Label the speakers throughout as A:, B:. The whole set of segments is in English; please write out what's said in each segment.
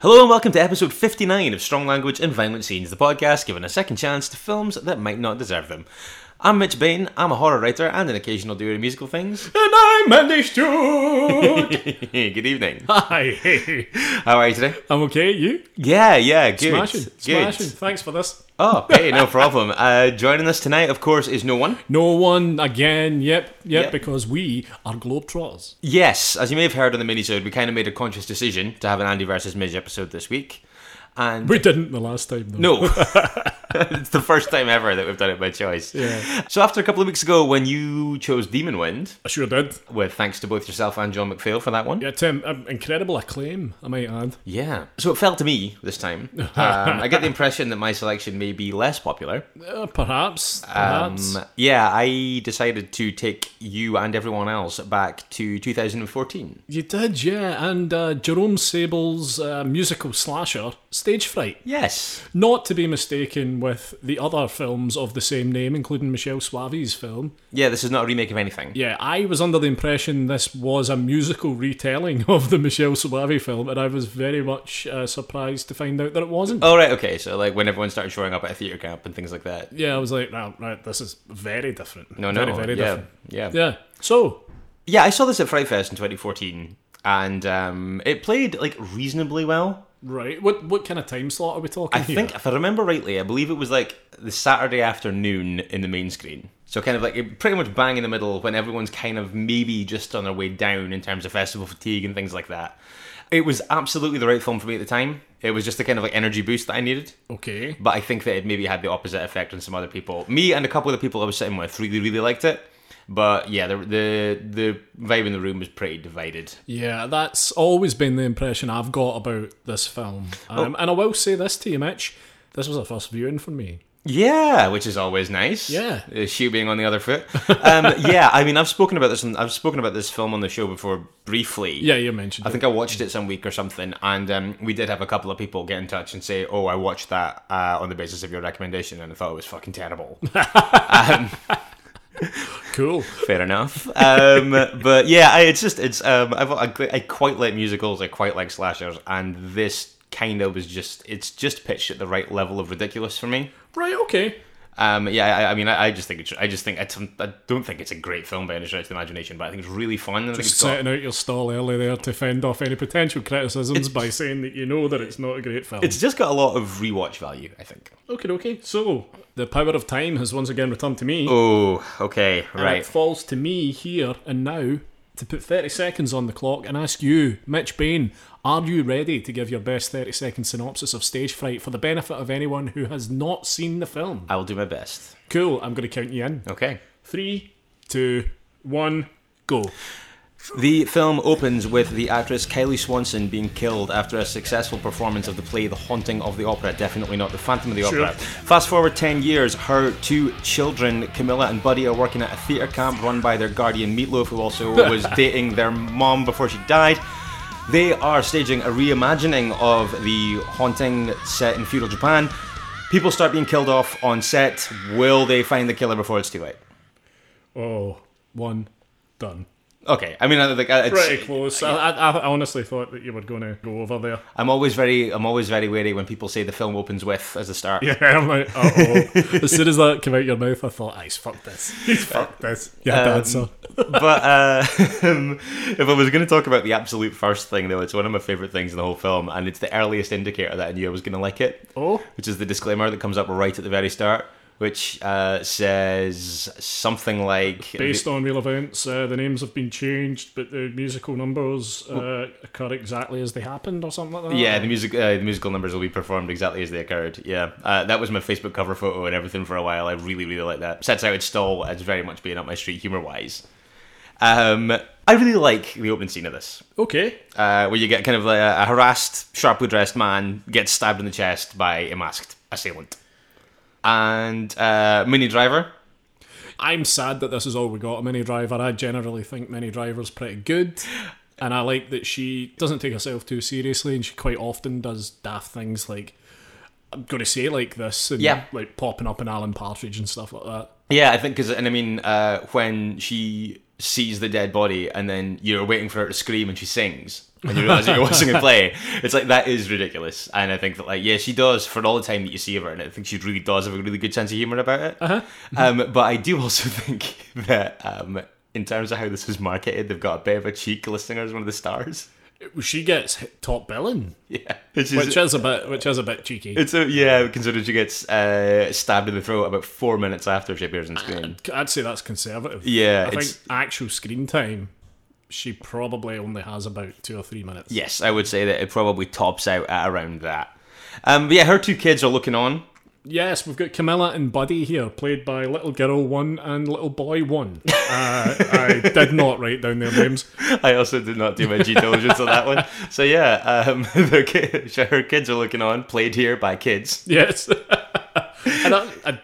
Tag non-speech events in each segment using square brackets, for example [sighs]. A: Hello and welcome to episode 59 of Strong Language and Violent Scenes, the podcast giving a second chance to films that might not deserve them. I'm Mitch Bain, I'm a horror writer and an occasional doer of musical things.
B: And I'm Andy Stewart!
A: [laughs]
B: [laughs]
A: Good evening.
B: Hi! hey.
A: How are you today?
B: I'm okay, you?
A: Yeah, yeah, good.
B: Smashing,
A: good.
B: smashing. Thanks for this.
A: Oh, hey, no problem. Uh, joining us tonight, of course, is no one.
B: No one again, yep, yep,
A: Yep.
B: because we are Globetrotters.
A: Yes, as you may have heard on the minisode, we kind of made a conscious decision to have an Andy versus Midge episode this week. And
B: We didn't the last time, though.
A: No.
B: [laughs]
A: [laughs] it's the first time ever that we've done it by choice.
B: Yeah.
A: So after a couple of weeks ago when you chose Demon Wind,
B: I sure did.
A: with thanks to both yourself and John McPhail for that one.
B: Yeah, Tim, um, incredible acclaim, I might add.
A: Yeah. So it fell to me this time.
B: [laughs]
A: Um, I get the impression that my selection may be less popular.
B: Uh, perhaps,
A: Um,
B: perhaps.
A: yeah, I decided to take you and everyone else back to 2014.
B: You did, yeah. And uh, Jerome Sable's uh, musical slasher, Stage Fright.
A: Yes.
B: Not to be mistaken with the other films of the same name, including Michelle Suave's film.
A: Yeah, this is not a remake of anything.
B: Yeah, I was under the impression this was a musical retelling [laughs] of the Michelle Suave film, and I was very much uh, surprised to find out that it wasn't.
A: Oh, right, okay. So, like, when everyone started showing up at a theatre camp and things like that.
B: Yeah, I was like, no, right, this is very different.
A: No, no.
B: Very, very
A: yeah,
B: different.
A: yeah.
B: Yeah. So,
A: Yeah, I saw this at Fright Fest in 2014, and um, it played like reasonably well.
B: right, what what kind of time slot are we talking
A: I
B: here?
A: think, if I remember rightly, I believe it was like the Saturday afternoon in the main screen. So kind of like it pretty much bang in the middle when everyone's kind of maybe just on their way down in terms of festival fatigue and things like that. It was absolutely the right film for me at the time. It was just the kind of like energy boost that I needed.
B: okay.
A: But I think that it maybe had the opposite effect on some other people. Me and a couple of the people I was sitting with really, really liked it. But yeah, the the, the vibe in the room was pretty divided.
B: Yeah, that's always been the impression I've got about this film.
A: Oh.
B: Um, And I will say this to you, Mitch. This was a first viewing for me.
A: Yeah, which is always nice.
B: Yeah.
A: the shoe being on the
B: [laughs]
A: other foot. Um, yeah, I mean, I've spoken about this. on- I've spoken about this film on the show before briefly.
B: Yeah, you mentioned
A: I
B: it.
A: think I watched it some week or something, and um, we did have a couple of people get in touch and say, "Oh, I watched that uh, on the basis of your recommendation, and I thought it was fucking terrible."
B: [laughs] Cool.
A: Fair enough. Um, but yeah, I, it's just it's um, I've, I, qu- I quite like musicals, I quite like slashers, and this kind of was just it's just pitched at the right level of ridiculous for me.
B: Right, okay.
A: Um, yeah, I, I mean, I, I just think it's, I just think it's, I don't think it's a great film by any stretch of the imagination, but I think it's really fun. And I think it's got,
B: Setting out your stall early there to fend off any potential criticisms by saying that you know that it's not a great film.
A: it's just got a lot of rewatch value. I think.
B: Okay, okay. So, The Power of Time has once again returned to me.
A: Oh, okay,
B: and
A: right.
B: It falls to me here and now to put 30 seconds on the clock and ask you, Mitch Bain, are you ready to give your best 30 second synopsis of Stage Fright for the benefit of anyone who has not seen the film?
A: I will do my best.
B: Cool, I'm going to count you in.
A: Okay.
B: Three, two, one, go.
A: The film opens with the actress Kylie Swanson being killed after a successful performance of the play The Haunting of the Opera, definitely not The Phantom of the
B: Sure.
A: Opera. Fast forward 10 years, her two children, Camilla and Buddy, are working at a theatre camp run by their guardian Meatloaf, who also was dating their mom before she died. They are staging a reimagining of the haunting set in feudal Japan. People start being killed off on set. Will they find the killer before it's too late?
B: Oh, one, done.
A: Okay, I mean, I think uh, it's,
B: Pretty close. I, I, I honestly thought that you were going to go over there.
A: I'm always very, I'm always very wary when people say the film opens with as a
B: [laughs]
A: start.
B: Yeah, I'm like, uh [laughs] oh. as soon as that came out your mouth, I thought, "Ice, fuck [laughs] this. He's fucked this." Yeah, um, answer.
A: [laughs] But uh, [laughs] if I was going to talk about the absolute first thing, though, it's one of my favorite things in the whole film, and it's the earliest indicator that I knew I was going to like it,
B: Oh,
A: which is the disclaimer that comes up right at the very start. which uh, says something like
B: Based on real events, uh, the names have been changed, but the musical numbers uh, occur exactly as they happened, or something like that.
A: Yeah, the music, uh, the musical numbers will be performed exactly as they occurred. Yeah, uh, that was my Facebook cover photo and everything for a while. I really, really like that. Sets out its stall as very much being up my street humor wise. Um, I really like the opening scene of this,
B: Okay.
A: uh, where you get kind of like a, a harassed, sharply dressed man gets stabbed in the chest by a masked assailant, and uh, Mini Driver.
B: I'm sad that this is all we got. A mini driver. I generally think mini driver's pretty good. And I like that she doesn't take herself too seriously and she quite often does daft things like I'm gonna say it like this and
A: Yeah.
B: like popping up an Alan Partridge and stuff like that.
A: Yeah, I think because, and I mean, uh, when she sees the dead body and then you're waiting for her to scream and she sings and you realize that you're watching her play, it's like that is ridiculous. And I think that, like, yeah, she does for all the time that you see of her, and I think she really does have a really good sense of humor about it. Uh-huh. [laughs] um, but I do also [laughs] think that, um, in terms of how this was marketed, they've got a bit of a cheek listing her as one of the stars. [laughs]
B: It- She gets hit top billing,
A: Yeah, which
B: which is a bit which is a bit cheeky.
A: It's a, yeah, considering she gets uh, stabbed in the throat about four minutes after she appears on screen.
B: I'd say that's conservative.
A: Yeah,
B: I think
A: it's-
B: actual screen time, she probably only has about two or three minutes.
A: Yes, I would say that it probably tops out at around that. Um, but yeah, her two kids are looking on. [laughs]
B: Yes, we've got Camilla and Buddy here, played by Little Girl One and Little Boy
A: [laughs]
B: One. Uh, I did not write down their names. [laughs]
A: I also did not do my due diligence on that one. So yeah, um, [laughs] their ki- her kids are looking on, played here by kids.
B: Yes, [laughs] and I, I,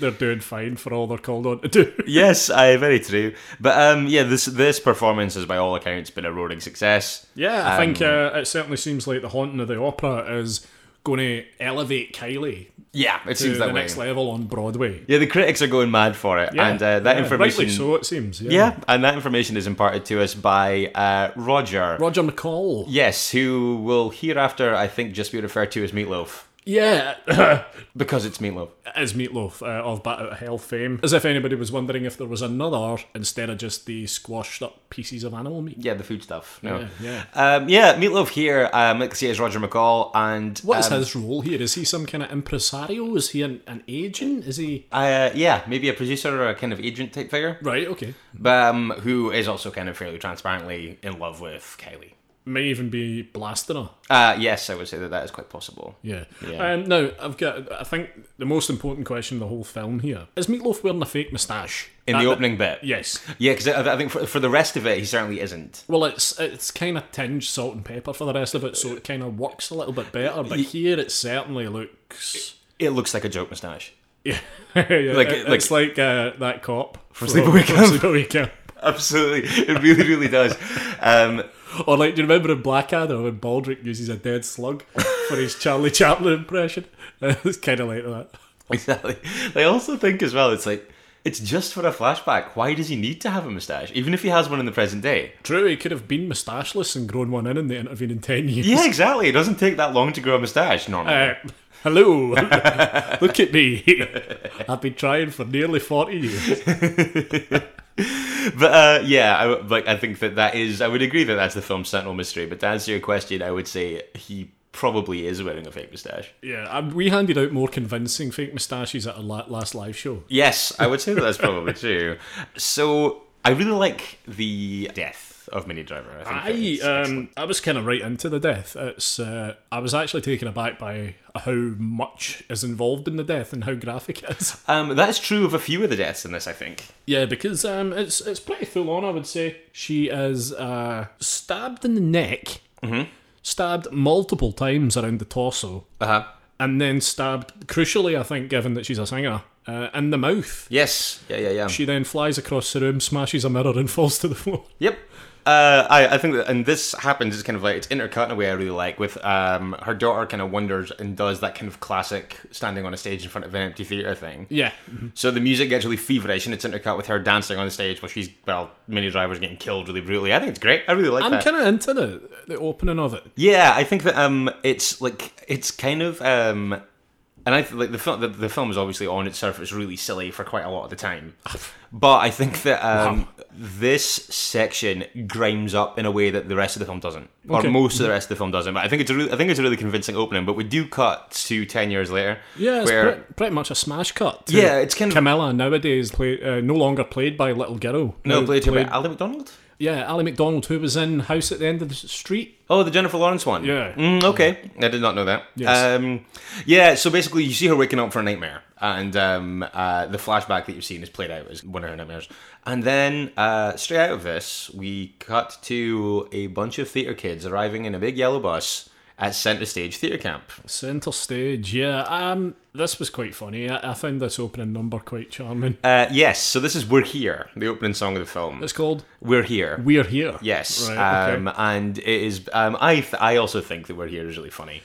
B: they're doing fine for all they're called on to do.
A: Yes, I very true. But um, yeah, this this performance has, by all accounts, been a roaring success.
B: Yeah, I
A: Um,
B: think uh, it certainly seems like the haunting of the opera is going to elevate Kylie
A: Yeah, it
B: to
A: seems
B: the
A: that way.
B: next level on Broadway.
A: Yeah, the critics are going mad for it, and uh, that
B: yeah,
A: information.
B: rightly so it seems. Yeah.
A: Yeah, and that information is imparted to us by uh, Roger.
B: Roger McCall.
A: yes, who will hereafter, I think, just be referred to as Meatloaf
B: Yeah,
A: because it's Meatloaf.
B: [coughs] as Meatloaf uh, of Bat Out of Hell fame. As if anybody was wondering if there was another instead of just the squashed up pieces of animal meat.
A: Yeah, the food stuff. No.
B: Yeah, yeah.
A: Um, yeah, Meatloaf here. Um, like I say, is Roger McCall, and
B: What is
A: um,
B: his role here? Is he some kind of impresario? Is he an, an agent? Is he
A: uh, yeah, maybe a producer or a kind of agent type figure,
B: right? Okay,
A: but um, who is also kind of fairly transparently in love with Kylie.
B: may even be blasting her.
A: Uh, yes, I would say that that is quite possible.
B: Yeah.
A: Yeah.
B: Um, now I've got. I think the most important question of the whole film here is Meatloaf wearing a fake moustache
A: In
B: That-
A: the
B: that-
A: opening bit,
B: Yes.
A: yeah, because I, I think for, for the rest of it, he certainly isn't.
B: Well, it's it's kind of tinged salt and pepper for the rest of it, so it kind of works a little bit better. But here, it certainly looks.
A: It looks like a
B: [laughs]
A: joke moustache.
B: Yeah, yeah. Like,
A: Like-
B: it's like uh, that cop [laughs] from
A: Sleepaway Camp.
B: Sleepaway Camp.
A: Absolutely, it really, really does. Um, [laughs]
B: Or like, do you remember in Blackadder when Baldrick uses a dead slug for his Charlie [laughs] Chaplin impression? it's kind of like that.
A: Exactly. I also think as well, it's like it's just for a flashback. Why does he need to have a mustache, even if he has one in the present day?
B: True, he could have been moustacheless and grown one in in the intervening ten years.
A: Yeah, exactly. It doesn't take that long to grow a mustache normally.
B: Uh, [laughs] hello, look at me. [laughs] I've been trying for nearly forty years.
A: but uh, yeah, I, w- like I think that that is. I would agree that that's the film's central mystery. But to answer your question, I would say he probably is wearing a fake mustache.
B: Yeah, um, we handed out more convincing fake moustaches at our la- last live show.
A: Yes, I would say that that's [laughs] probably true. So I really like the death of Mini Driver. I uh think that
B: I
A: is excellent.
B: um, I was kind of right into the death. It's uh, I was actually taken aback by how much is involved in the death and how graphic it is. [laughs]
A: um, that is true of a few of the deaths in this. I think.
B: yeah, because um, it's it's pretty full on. I would say she is uh, stabbed in the neck, stabbed multiple times around the torso,
A: Uh huh.
B: and then stabbed. Crucially, I think, given that she's a singer, uh, in the mouth.
A: Yes. Yeah. Yeah. Yeah.
B: She then flies across the room, smashes a mirror, and [laughs] falls to the floor.
A: Yep. Uh, I, I think that, and this happens is kind of like it's intercut in a way I really like with um, her daughter kind of wonders and does that kind of classic standing on a stage in front of an empty theater thing.
B: Yeah,
A: So the music gets really feverish and it's intercut with her dancing on the stage while she's well, mini drivers getting killed really brutally. I think it's great. I really like
B: I'm
A: that.
B: kind of into the the opening of it.
A: yeah, I think that um, it's like it's kind of um, and I th- like the film. The, [laughs] the film is obviously on its surface really silly for quite a lot of the time, but I think that um, this section grinds up in a way that the rest of the film doesn't, or
B: Okay.
A: most of the rest of the film doesn't. But I think it's a really, I think it's a really convincing opening. But we do cut to ten years later,
B: Yeah, it's
A: where
B: pretty, pretty much a smash cut. to
A: Yeah, it's kind of-
B: Camilla nowadays play, uh, no longer played by Little Girl.
A: no
B: Now
A: played here by Ali McDonald.
B: yeah, Ali McDonald, who was in House at the End of the Street.
A: Oh, the Jennifer Lawrence one.
B: Yeah.
A: Mm, okay, I did not know that.
B: Yes.
A: Um, yeah. So basically, you see her waking up for a nightmare, and um, uh, the flashback that you've seen is played out as one of her nightmares. And then uh, straight out of this, we cut to a bunch of theater kids arriving in a big yellow bus at Centre Stage Theatre Camp.
B: Center stage, yeah. Um, this was quite funny. I, I found this opening number quite charming.
A: Uh, yes. So this is "We're Here," the opening song of the film.
B: It's called
A: We're here.
B: We're Here.
A: Yes,
B: Right, okay.
A: um, and it is. Um, I th- I also think that we're here is really funny.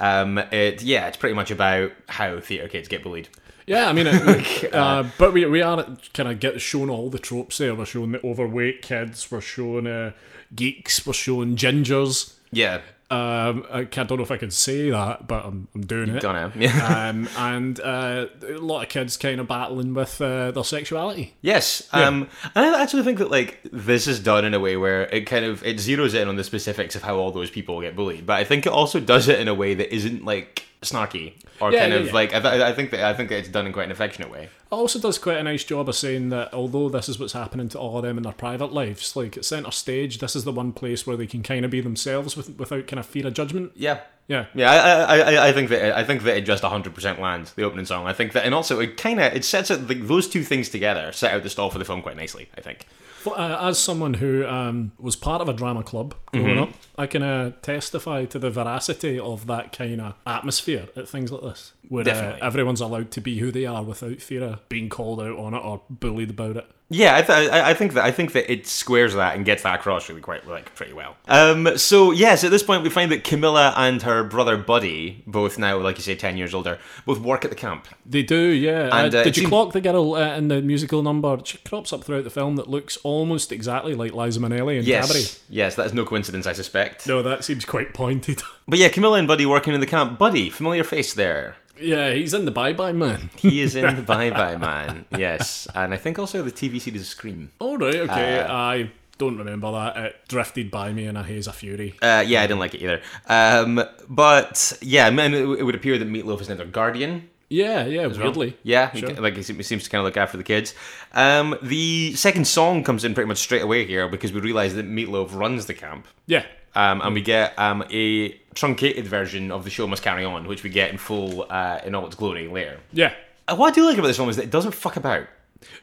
A: Um, it yeah, it's pretty much about how theater kids get bullied.
B: Yeah, I mean, it, uh, but we, we are kind of get shown all the tropes there. We're shown the overweight kids, we're shown uh, geeks, we're shown gingers.
A: Yeah,
B: Um, I, ca- don't know if I can say that, but I'm, I'm doing it.
A: don't know. Yeah.
B: um, and uh, a lot of kids kind of battling with uh, their sexuality.
A: [laughs] yes, um, and I actually think that like this is done in a way where it kind of it zeroes in on the specifics of how all those people get bullied, but I think it also does it in a way that isn't like snarky or
B: Yeah,
A: kind
B: yeah,
A: of
B: yeah.
A: like I, th- I think that I think that it's done in quite an affectionate way.
B: It also does quite a nice job of saying that although this is what's happening to all of them in their private lives, like at centre stage, this is the one place where they can kind of be themselves with, without kind of fear of judgment.
A: Yeah.
B: Yeah.
A: Yeah, I, I, I, I think that I think that it just hundred percent lands the opening song. I think that, and also it kind of it sets out like, those two things together set out the stall for the film quite nicely. I think.
B: But, uh, as someone who um, was part of a drama club growing up, I can uh, testify to the veracity of that kind of atmosphere at things like this, where uh,
A: Definitely.
B: everyone's allowed to be who they are without fear of being called out on it or bullied about it.
A: Yeah, I, th- I, I think that I think that it squares that and gets that across really quite like pretty well. Um, so yes, at this point we find that Camilla and her brother Buddy, both now like you say ten years older, both work at the camp.
B: They do, yeah. Uh,
A: And, uh,
B: did
A: it
B: you
A: seem-
B: clock the girl uh, in the musical number? She crops up throughout the film that looks almost exactly like Liza Minnelli in
A: Yes,
B: Cabaret.
A: yes, that is no coincidence, I suspect.
B: No, that seems quite pointed. [laughs]
A: But yeah, Camilla and Buddy working in the camp. Buddy, familiar face there.
B: yeah, he's in the Bye Bye
A: [laughs]
B: Man.
A: He is in the Bye Bye Man. Yes, and I think also the TV series Scream.
B: All right, okay.
A: Uh,
B: I don't remember that. It drifted by me in a haze of fury.
A: Uh, yeah, I didn't like it either. Um, but yeah, man, it, it would appear that Meatloaf is now their guardian.
B: Yeah, yeah, weirdly.
A: Yeah, he
B: Sure.
A: ca- like he se- he seems to kind of look after the kids. Um, the second song comes in pretty much straight away here because we realize that Meatloaf runs the camp,
B: Yeah.
A: um, and we get um, a truncated version of the show must carry on, which we get in full uh, in all its glory later.
B: Yeah.
A: Uh, What I do like about this film is that it doesn't fuck about.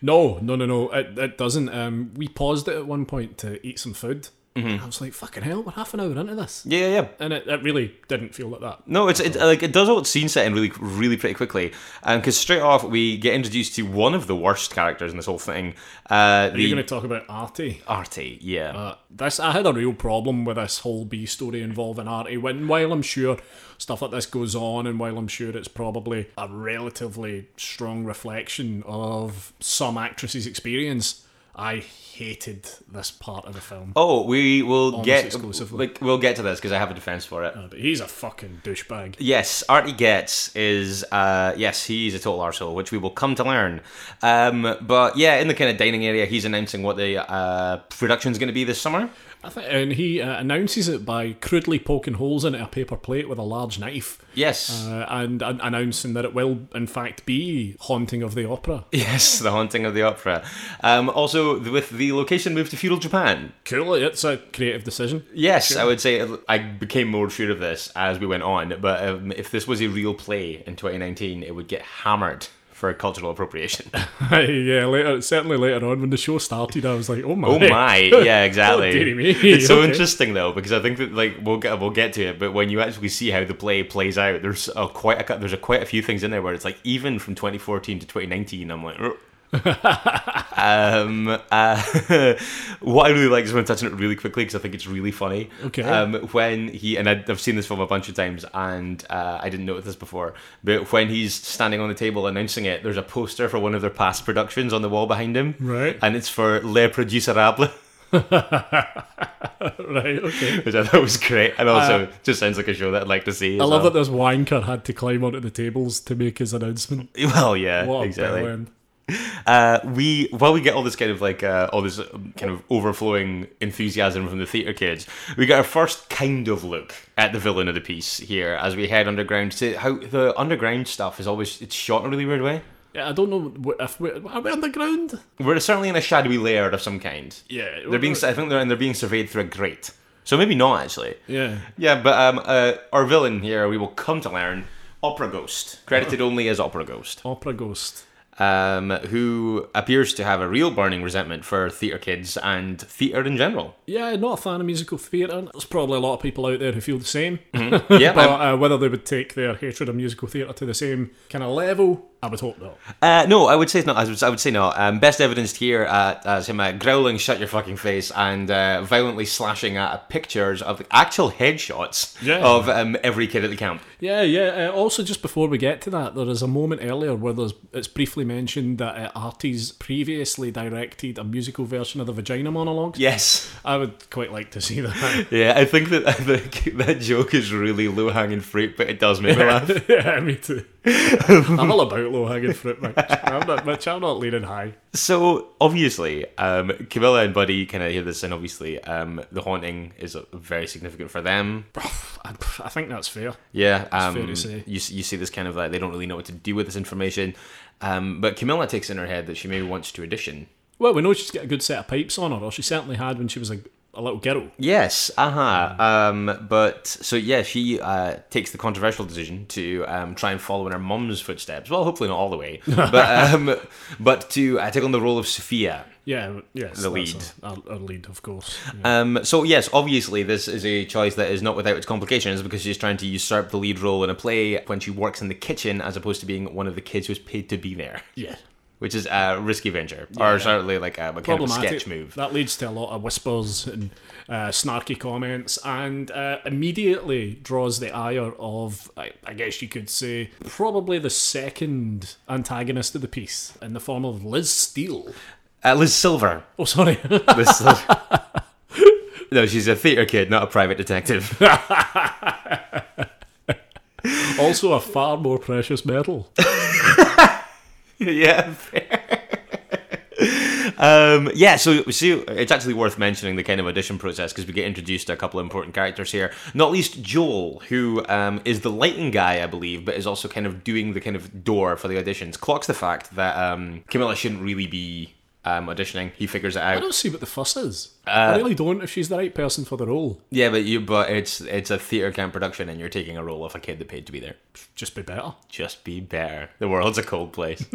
B: No, no, no, no. It, it doesn't. Um, we paused it at one point to eat some food.
A: Mm-hmm.
B: I was like, fucking hell, we're half an hour into this.
A: Yeah, yeah, yeah.
B: And it, it really didn't feel like that.
A: No, it's it, uh, like it does all its scene setting really, really pretty quickly. Because straight off we get introduced to one of the worst characters in this whole thing. Uh, the
B: You're going to talk about Artie.
A: Artie, yeah.
B: Uh, this I had a real problem with this whole B story involving Artie. When while I'm sure stuff like this goes on, and while I'm sure it's probably a relatively strong reflection of some actress's experience, I hated this part of the film.
A: oh, we will get
B: exclusively.
A: like we'll get to this because I have a defense for it.
B: Uh, But he's a fucking douchebag.
A: Yes, Artie gets is uh, yes, he's a total arsehole, which we will come to learn. Um, but yeah, in the kind of dining area, he's announcing what the uh, production's going to be this summer.
B: I think, and he uh, announces it by crudely poking holes into a paper plate with a large knife.
A: Yes,
B: Uh, and an- announcing that it will, in fact, be haunting of the opera.
A: [laughs] yes, the haunting of the opera. Um, also, with the location moved to feudal Japan.
B: Cool, it's a creative decision.
A: Yes, I would say I became more sure of this as we went on. But um, if this was a real play in 2019, it would get hammered for cultural appropriation. [laughs]
B: Hey, yeah, later, certainly later on when the show started, I was like, oh my.
A: oh my! Yeah, exactly.
B: Oh, dearie me.
A: It's so
B: Okay.
A: interesting though because I think that like we'll get we'll get to it, but when you actually see how the play plays out, there's a quite a, cou- there's a quite a few things in there where it's like even from 2014 to 2019, I'm like.
B: [laughs]
A: "Oh." um, uh, [laughs] what I really like is when I'm touching it really quickly because I think it's really funny.
B: Okay.
A: Um, when he and I, I've seen this film a bunch of times and uh, I didn't notice this before, but when he's standing on the table announcing it, there's a poster for one of their past productions on the wall behind him.
B: Right.
A: And it's for Le Producerable,
B: [laughs] Right, okay.
A: [laughs] which I thought was great, and also just sounds like a show that I'd like to see.
B: Uh, I love that this wanker had to climb onto the tables to make his announcement.
A: [laughs] Well, yeah,
B: What a
A: exactly.
B: bell end.
A: uh, we while we get all this kind of like uh, all this kind of overflowing enthusiasm from the theater kids, we get our first kind of look at the villain of the piece here as we head underground. To how the underground stuff is always it's shot in a really weird way.
B: Yeah, I don't know if we're, are we underground.
A: We're certainly in a shadowy layer of some kind.
B: Yeah,
A: they're being I think they're and they're being surveyed through a grate. So maybe not actually.
B: Yeah,
A: Yeah, but um, uh, our villain here, we will come to learn, Opera Ghost, credited only as Opera Ghost,
B: opera ghost.
A: um, who appears to have a real burning resentment for theatre kids and theatre in general.
B: Yeah, not a fan of musical theatre. There's probably a lot of people out there who feel the same.
A: Mm-hmm. Yeah,
B: but
A: I'm-
B: uh, whether they would take their hatred of musical theatre to the same kind of level, I would hope not.
A: Uh, no, I would say not. I would, I would say not. Um, best evidenced here at, as him uh, growling, "Shut your fucking face!" and uh, violently slashing at uh, pictures of the actual headshots
B: Yeah.
A: of um, every kid at the camp.
B: Yeah, yeah. Uh, also, just before we get to that, there is a moment earlier where there's it's briefly mentioned that uh, Artie's previously directed a musical version of the Vagina Monologue.
A: Yes.
B: I would quite like to see
A: [laughs]
B: that. [laughs]
A: Yeah, I think that I think that joke is really low hanging fruit, but it does
B: [laughs]
A: make me laugh.
B: yeah, me too. I'm all about low hanging fruit, Mitch. I'm not, Mitch. I'm not leaning high. [sighs]
A: So obviously, um, Camilla and Buddy kind of hear this, and obviously, um, the haunting is uh, very significant for them.
B: I, I think that's fair.
A: Yeah, um,
B: fair to say.
A: you s- you see this kind of like they don't really know what to do with this information. Um, but Camilla takes in her head that she maybe wants to audition.
B: Well, we know she's got a good set of pipes on her, or she certainly had when she was a, a little girl.
A: Yes, uh huh. Um, but so yeah, she uh, takes the controversial decision to um, try and follow in her mum's footsteps. Well, hopefully not all the [laughs] way, but um, but to uh, take on the role of Sophia.
B: Yeah, yes.
A: The
B: that's
A: lead.
B: Our, our- our lead, of course. Yeah.
A: Um, so yes, obviously this is a choice that is not without its complications because she's trying to usurp the lead role in a play when she works in the kitchen as opposed to being one of the kids who's paid to be there, [laughs]
B: yeah.
A: which is a risky venture or certainly like a, a kind of a
B: Problematic.
A: sketch move.
B: That leads to a lot of whispers and uh, snarky comments, and uh, immediately draws the ire of, I, I guess you could say, probably the second antagonist of the piece in the form of Liz Steele.
A: Uh, Liz Silver.
B: Oh, sorry. [laughs]
A: Liz Silver. No, she's a theatre kid, not a private detective.
B: also, a far more precious metal.
A: [laughs] yeah, fair. um, yeah, so, so it's actually worth mentioning the kind of audition process because we get introduced to a couple of important characters here. Not least Joel, who um, is the lighting guy, I believe, but is also kind of doing the kind of door for the auditions. Clocks the fact that um, Camilla shouldn't really be um, auditioning. He figures it
B: I
A: out.
B: don't see what the fuss is.
A: Uh,
B: I really don't. If she's the right person for the role,
A: Yeah, but you, but it's it's a theater camp production, and you're taking a role off a kid that paid to be there.
B: just be better.
A: Just be better. The world's a cold place.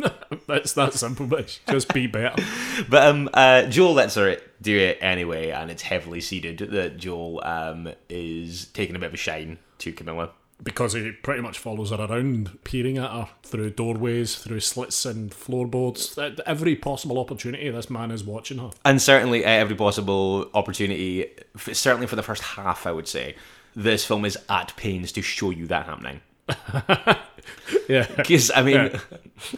B: That's that simple, bitch. Just be better.
A: But um, uh, Joel lets her do it anyway, and it's heavily seeded that Joel um, is taking a bit of a shine to Camilla.
B: because he pretty much follows her around, peering at her through doorways, through slits and floorboards. At every possible opportunity, this man is watching her.
A: And certainly, at every possible opportunity, f- certainly for the first half, I would say, this film is at pains to show you that happening.
B: [laughs] Yeah.
A: Because I mean, [laughs]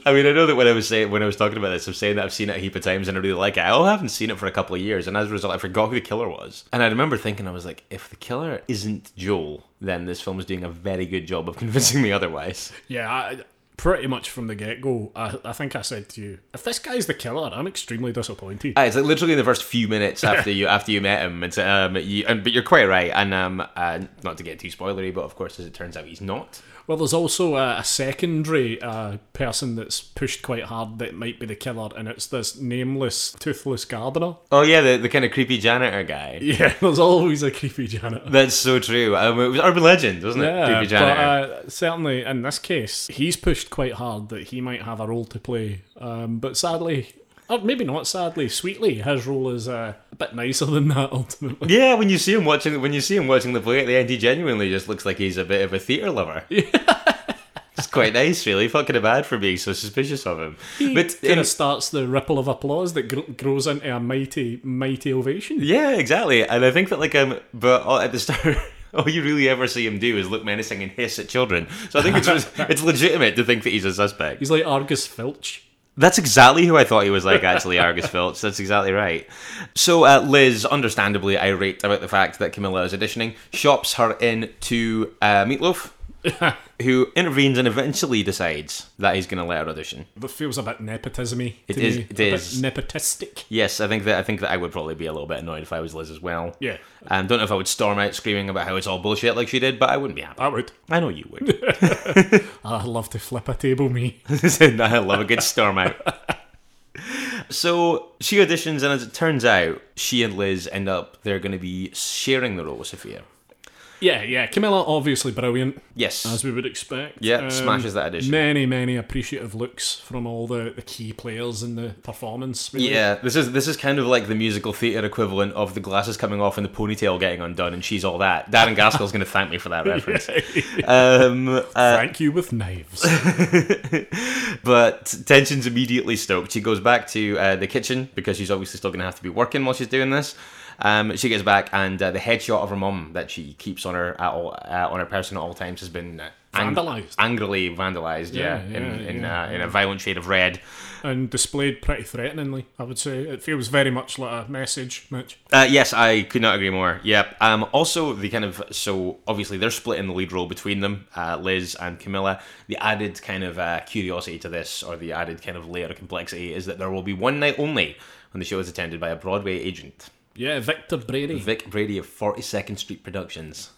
A: I mean, I know that when I was saying when I was talking about this, I'm saying that I've seen it a heap of times and I really like it. I also haven't seen it for a couple of years, and as a result, I forgot who the killer was. And I remember thinking, I was like, if the killer isn't Joel, then this film is doing a very good job of [laughs] convincing me otherwise.
B: Yeah, I, pretty much from the get go, I, I think I said to you, if this guy's the killer, I'm extremely disappointed.
A: Uh, it's like literally in the first few
B: [laughs]
A: minutes after you after you met him. It's um, you, and, but you're quite right. And um, uh, not to get too spoilery, but of course, as it turns out, he's not.
B: well, there's also a, a secondary uh, person that's pushed quite hard that might be the killer, and it's this nameless, toothless gardener.
A: Oh yeah, the, the kind of creepy janitor guy.
B: Yeah, [laughs] there's always a creepy janitor.
A: That's so true. Um, it was urban legend, wasn't it?
B: Yeah,
A: creepy janitor.
B: but uh, certainly in this case, he's pushed quite hard that he might have a role to play. Um, but sadly, or maybe not sadly, sweetly, his role is uh, a bit nicer than that ultimately.
A: Yeah, when you see him watching, when you see him watching the play at the end, he genuinely just looks like he's a bit of a
B: [laughs]
A: theatre lover. it's quite nice, really. Fucking bad for being so suspicious of him. But
B: Kind
A: in-
B: of starts the ripple of applause that gr- grows into a mighty, mighty ovation.
A: yeah, exactly. And I think that like um, but all, at the start. [laughs] All you really ever see him do is look menacing and hiss at children. So I think it's it's legitimate to think that he's a suspect.
B: He's like Argus Filch.
A: That's exactly who I thought he was like, actually, Argus Filch. That's exactly right. So, uh, Liz, understandably irate about the fact that Camilla is auditioning, shops her in to uh, Meatloaf, who intervenes and eventually decides that he's going to let her audition.
B: That feels a bit nepotismy.
A: It
B: to
A: is-
B: Me.
A: it
B: a bit
A: is.
B: nepotistic.
A: Yes, I think that I think that I would probably be a little bit annoyed if I was Liz as well.
B: Yeah.
A: Um, don't know if I would storm out screaming about how it's all bullshit like she did, but I wouldn't be happy.
B: I would.
A: I know you would. [laughs]
B: I love to flip a table, me. [laughs]
A: I love a good storm out. So she auditions, and as it turns out, she and Liz end up they're going to be sharing the role with Sophia.
B: yeah, yeah. Camilla, obviously brilliant,
A: Yes,
B: as we would expect.
A: Yeah, smashes that edition.
B: Many, many appreciative looks from all the, the key players in the performance. [laughs] Really.
A: Yeah, this is this is kind of like the musical theatre equivalent of the glasses coming off and the ponytail getting undone, and she's all that. Darren Gaskell's going to thank me for that reference. Um, uh,
B: Thank you with
A: [laughs]
B: knives.
A: but tension's immediately stoked. She goes back to uh, the kitchen because she's obviously still going to have to be working while she's doing this. Um, she gets back, and uh, the headshot of her mum that she keeps on her at all, uh, on her person at all times has been uh, ang-
B: Vandalised.
A: angrily vandalized. Yeah,
B: Yeah,
A: in
B: yeah,
A: in,
B: yeah,
A: uh, in a violent shade of red.
B: and displayed pretty threateningly, I would say. It feels very much like a message, Mitch.
A: Uh, yes, I could not agree more. Yep. Um, also, the kind of so obviously they're splitting the lead role between them, uh, Liz and Camilla. The added kind of uh, curiosity to this, or the added kind of layer of complexity, is that there will be one night only when the show is attended by a Broadway agent,
B: Yeah, Victor Brady.
A: Vic Brady of Forty Second Street Productions.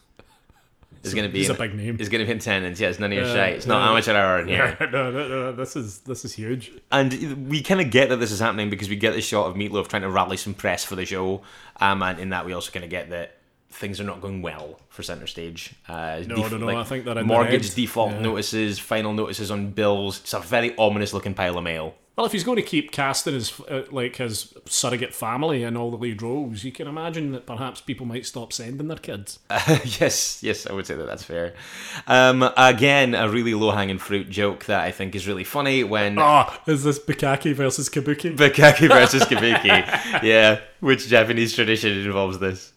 A: Is going to be
B: he's
A: in-
B: a big Uh, name. [laughs]
A: Is going to be in attendance. Yeah, it's none of your
B: Yeah,
A: shite. It's not
B: yeah.
A: amateur hour in here.
B: no, no, no, this is this is huge.
A: And we kind of get that this is happening because we get the shot of Meatloaf trying to rally some press for the show, um, and in that we also kind of get that things are not going well for Centre Stage. Uh,
B: No, no, no, I think they're in the
A: mortgage
B: red.
A: default
B: Yeah.
A: notices, final notices on bills. It's a very ominous looking pile of mail. [laughs]
B: Well, if he's going to keep casting his uh, like his surrogate family in all the lead roles, you can imagine that perhaps people might stop sending their kids.
A: Uh, yes, yes, I would say that that's fair. Um, again, a really low hanging fruit joke that I think is really funny when [laughs]
B: Ah, is this Bukaki versus Kabuki?
A: Bukaki
B: [laughs]
A: versus Kabuki. yeah, which Japanese tradition involves this?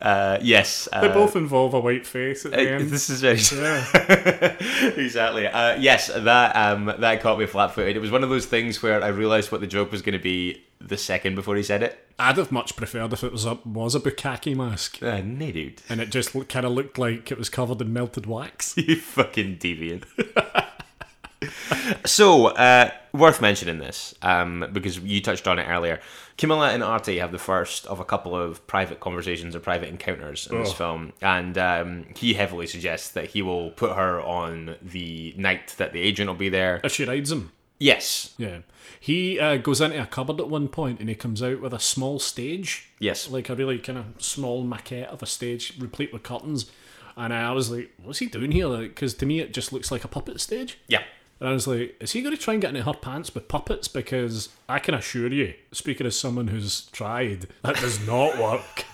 A: Uh, yes,
B: They
A: uh,
B: both involve a white face at the
A: Uh,
B: end.
A: This is very
B: Yeah.
A: [laughs] exactly. Uh, yes, that um, that caught me flat-footed. It was one of those things where I realised what the joke was going to be the second before he said it.
B: I'd have much preferred if it was a was a Bukaki mask,
A: Uh, nay, dude, [laughs]
B: and it just kind of looked like it was covered in melted wax.
A: you fucking deviant. [laughs] so, uh, worth mentioning this um, because you touched on it earlier. Camilla and Artie have the first of a couple of private conversations or private encounters in this
B: Ugh.
A: film, and um, he heavily suggests that he will put her on the night that the agent will be there.
B: If she rides him,
A: Yes,
B: Yeah. He uh, goes into a cupboard at one point and he comes out with a small stage.
A: yes.
B: Like a really kind of small maquette of a stage replete with curtains. And I was like, what's he doing here? Because to me, it just looks like a puppet stage.
A: Yeah.
B: And I was like, is he going to try and get into her pants with puppets? Because I can assure you, speaking as someone who's tried, that does not work.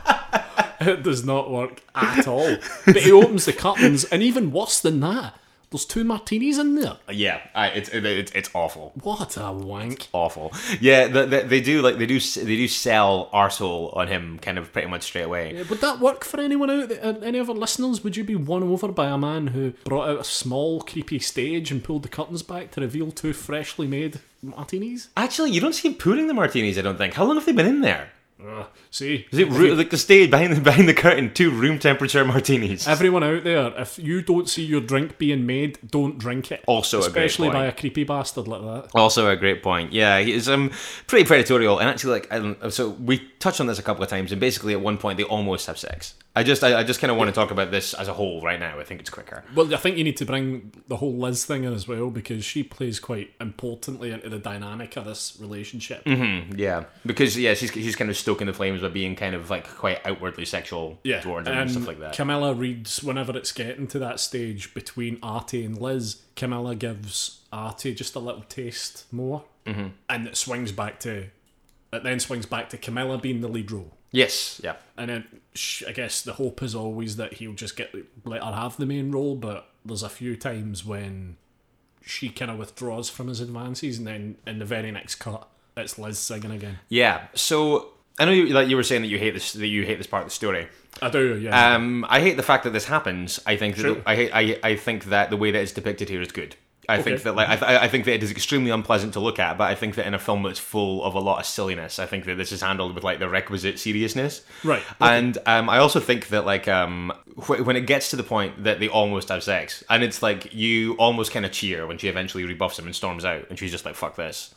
B: [laughs] it does not work at all. But he opens the curtains, and even worse than that, there's two martinis in there.
A: Uh, Yeah, I, it's it, it's it's awful,
B: What a wank.
A: awful. Yeah, the, the, they do like they do s- they do sell arsehole on him kind of pretty much straight away.
B: Yeah, Would that work for anyone out there? uh, Any of our listeners? Would you be won over by a man who brought out a small, creepy stage and pulled the curtains back to reveal two freshly made martinis?
A: Actually, you don't see him putting the martinis. I don't think. How long have they been in there?
B: Ugh, see,
A: Is it ru- like the stage behind the behind the curtain? Two room temperature martinis.
B: everyone out there, if you don't see your drink being made, don't drink it.
A: Also a great
B: especially
A: point.
B: by a creepy bastard like that.
A: Also a great point. Yeah, he's um pretty predatorial, and actually like um, so we touched on this a couple of times, and basically at one point they almost have sex. I just I, I just kind of want to talk about this as a whole right now. I think it's quicker.
B: Well, I think you need to bring the whole Liz thing in as well because she plays quite importantly into the dynamic of this relationship.
A: Mm-hmm. Yeah, because yeah, she's she's kind of stoking the flames by being kind of like quite outwardly sexual
B: yeah. Um,
A: towards him and stuff like that.
B: Camilla reads whenever it's getting to that stage between Artie and Liz. Camilla gives Artie just a little taste more, mm-hmm. and it swings back to, it then swings back to Camilla being the lead role.
A: yes, yeah,
B: And then sh- I guess the hope is always that he'll just get let her have the main role, but there's a few times when she kind of withdraws from his advances, and then in the very next cut, it's Liz singing again.
A: yeah. So I know you, like you were saying that you hate this that you hate this part of the story.
B: I do, yeah.
A: Uh, Um, I hate the fact that this happens. I think that the- I hate I I think that the way that it's depicted here is good. I
B: Okay.
A: think that like I, th- I think that it is extremely unpleasant to look at, but I think that in a film that's full of a lot of silliness, I think that this is handled with like the requisite seriousness.
B: Right, okay.
A: And um, I also think that like um, wh- when it gets to the point that they almost have sex, and it's like you almost kind of cheer when she eventually rebuffs him and storms out, and she's just like "fuck this."